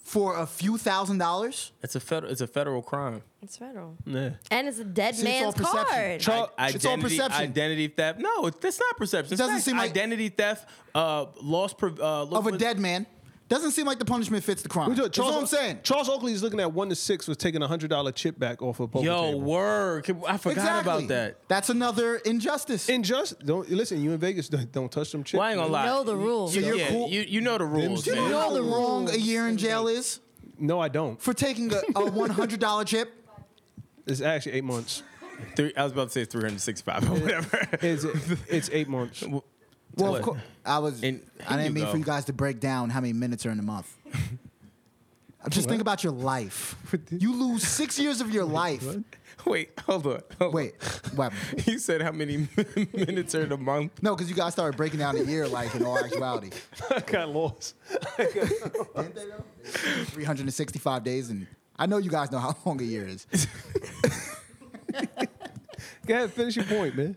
E: for a few thousand dollars?
C: It's a federal. It's a federal crime.
A: it's federal,
B: Yeah.
A: and it's a dead
E: See, it's all
A: man's
E: perception.
A: card.
E: Try-
B: Charles,
E: It's all perception.
C: Identity theft. No, it's that's not perception. It
E: doesn't seem like-
C: identity theft. Uh, lost. Pre- uh, look
E: Of a
C: for-
E: dead man. Doesn't seem like the punishment fits the crime.
B: We do-
E: That's all I'm saying.
B: Charles Oakley is looking at one to six was taking a hundred dollar chip back off a poker
C: Yo,
B: table.
C: word. I forgot
E: exactly.
C: about that.
E: That's another injustice.
B: And just don't listen. You in Vegas? Don't, don't touch them chips.
C: Well, I ain't gonna lie.
A: know the rules.
C: You,
E: you're
C: yeah,
E: cool-
C: you, you know the rules,
E: Do you
C: man.
E: know how long a year in jail is
B: No, I don't.
E: for taking a, a $100 chip?
B: It's actually eight months.
C: Three, I was about to say 365 or whatever.
B: It's, it's eight months.
E: Well,
C: What?
E: of course, I was.
C: And-
E: I
C: you
E: didn't mean
C: go.
E: for you guys to break down how many minutes are in a month. Just think about your life. You lose six years of your life.
C: Wait, hold on. hold on.
E: Wait, what?
C: You said how many minutes are in a month?
E: No, because you guys started breaking down a year, like in all actuality,
B: I got lost.
E: three hundred and sixty-five days, and I know you guys know how long a year is.
B: Go ahead, finish your point, man.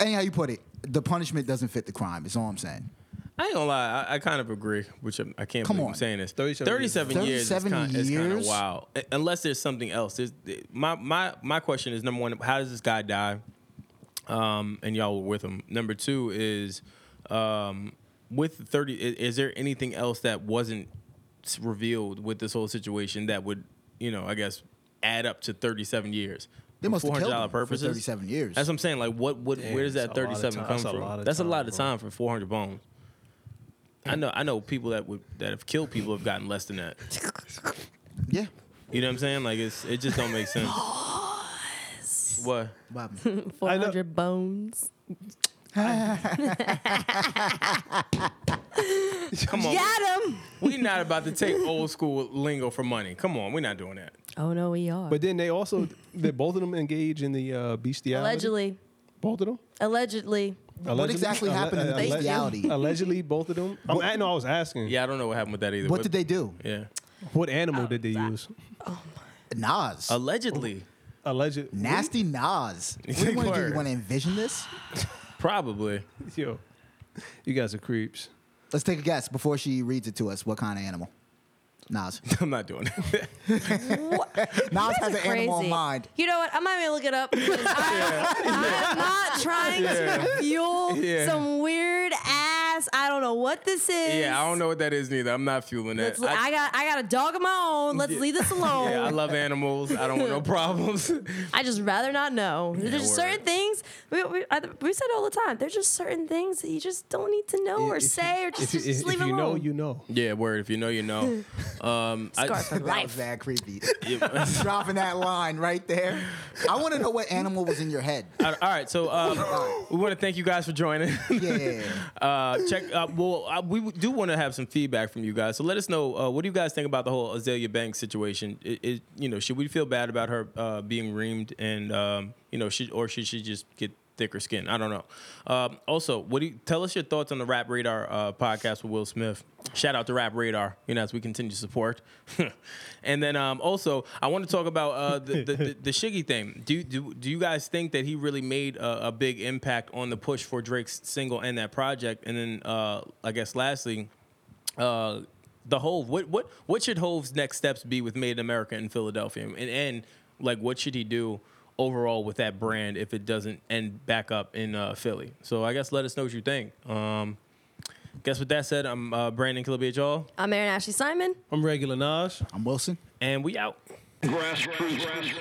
E: Anyhow, you put it, the punishment doesn't fit the crime. Is all I'm saying.
C: I ain't gonna lie, I, I kind of agree, which I'm, I can not
E: Come
C: believe
E: on.
C: I'm saying this.
B: 37
C: years,
E: 37
C: is kind of
E: years?
C: wild. U- Unless there's something else. There's, my, my, my question is number one, how does this guy die? Um, and y'all were with him. Number two is um, with 30, is, is there anything else that wasn't s- revealed with this whole situation that would, you know, I guess add up to 37 years?
E: They must have killed
C: $400
E: him for 37 years.
C: That's what I'm saying. Like, what? What? where does
B: that's
C: that
B: a lot of
C: 37
B: time.
C: come
B: That's a
C: from?
B: lot of
C: that's a
B: time,
C: lot of
B: bro.
C: time for 400 bones. I know. I know people that would that have killed people have gotten less than that.
E: Yeah.
C: You know what I'm saying? Like it's it just don't make sense. What?
E: Wow.
B: I know-
A: 400 bones.
C: Come on,
A: Got him.
C: we not about to take old school lingo for money. Come on, we're not doing that.
A: Oh, no, we are.
B: But then they also, they both of them engage in the uh, bestiality.
A: Allegedly.
B: both of them.
A: Allegedly.
E: What exactly happened in the
B: Alleg-
E: bestiality?
B: Allegedly, both of them. I'm, I know. I was asking.
C: Yeah, I don't know what happened with that either.
E: What did they do?
C: Yeah,
B: What
A: Oh,
B: animal did they use?
E: Nas.
C: allegedly,
B: Alleged.
E: Nasty Nas. What do you want to do?
C: Word.
E: You want to envision this?
C: probably.
B: Yo, you guys are creeps.
E: Let's take a guess before she reads it to us. What kind of animal? Nas.
C: I'm not doing it.
E: Nas has an
A: Crazy.
E: animal in mind.
A: You know what? I'm not even look it up. 'cause I, I'm not trying to fuel
C: Yeah.
A: some weird ass. I don't know what this is.
C: yeah, I don't know what that is neither. I'm not fueling that.
A: Let's, I, got I got a dog of my own. Let's leave this alone.
C: yeah, I love animals. I don't want no problems.
A: I just rather not know. There's just
C: word.
A: certain things we, we, I, we said all the time. There's just certain things that you just don't need to know or
B: If you-
A: say or just,
B: if you,
A: just, just
B: if
A: leave it
B: you
A: alone.
B: know, you know.
C: yeah, word. If you know, you know. Um, I-
A: Scarf for
E: That was
A: life.
E: that creepy. Dropping that line right there. I want to know what animal was in your head.
C: All all right, so um, we want to thank you guys for joining.
E: Yeah.
C: uh, check. Uh, well, uh, we do want to have some feedback from you guys. So let us know uh, what do you guys think about the whole Azalea Banks situation. It, it, you know, should we feel bad about her uh, being reamed and um, you know, should or should she just get thicker skin? I don't know. Um, also, what do you tell us your thoughts on the Rap Radar uh, podcast with Will Smith? Shout out to Rap Radar, you know, as we continue to support. and then um, also, I want to talk about uh, the, the, the, the Shiggy thing. Do, do, do you guys think that he really made a, a big impact on the push for Drake's single and that project? And then, uh, I guess, lastly, uh, the Hove. What, what, what should Hove's next steps be with Made in America in Philadelphia? And, and like, what should he do? Overall, with that brand, if it doesn't end back up in uh, Philly, so I guess let us know what you think. Um, guess what that said, I'm uh, Brandon Killabia, y'all,
A: I'm Aaron Ashley Simon.
B: I'm regular Nas.
E: I'm Wilson.
C: and we out.
G: Grassroots.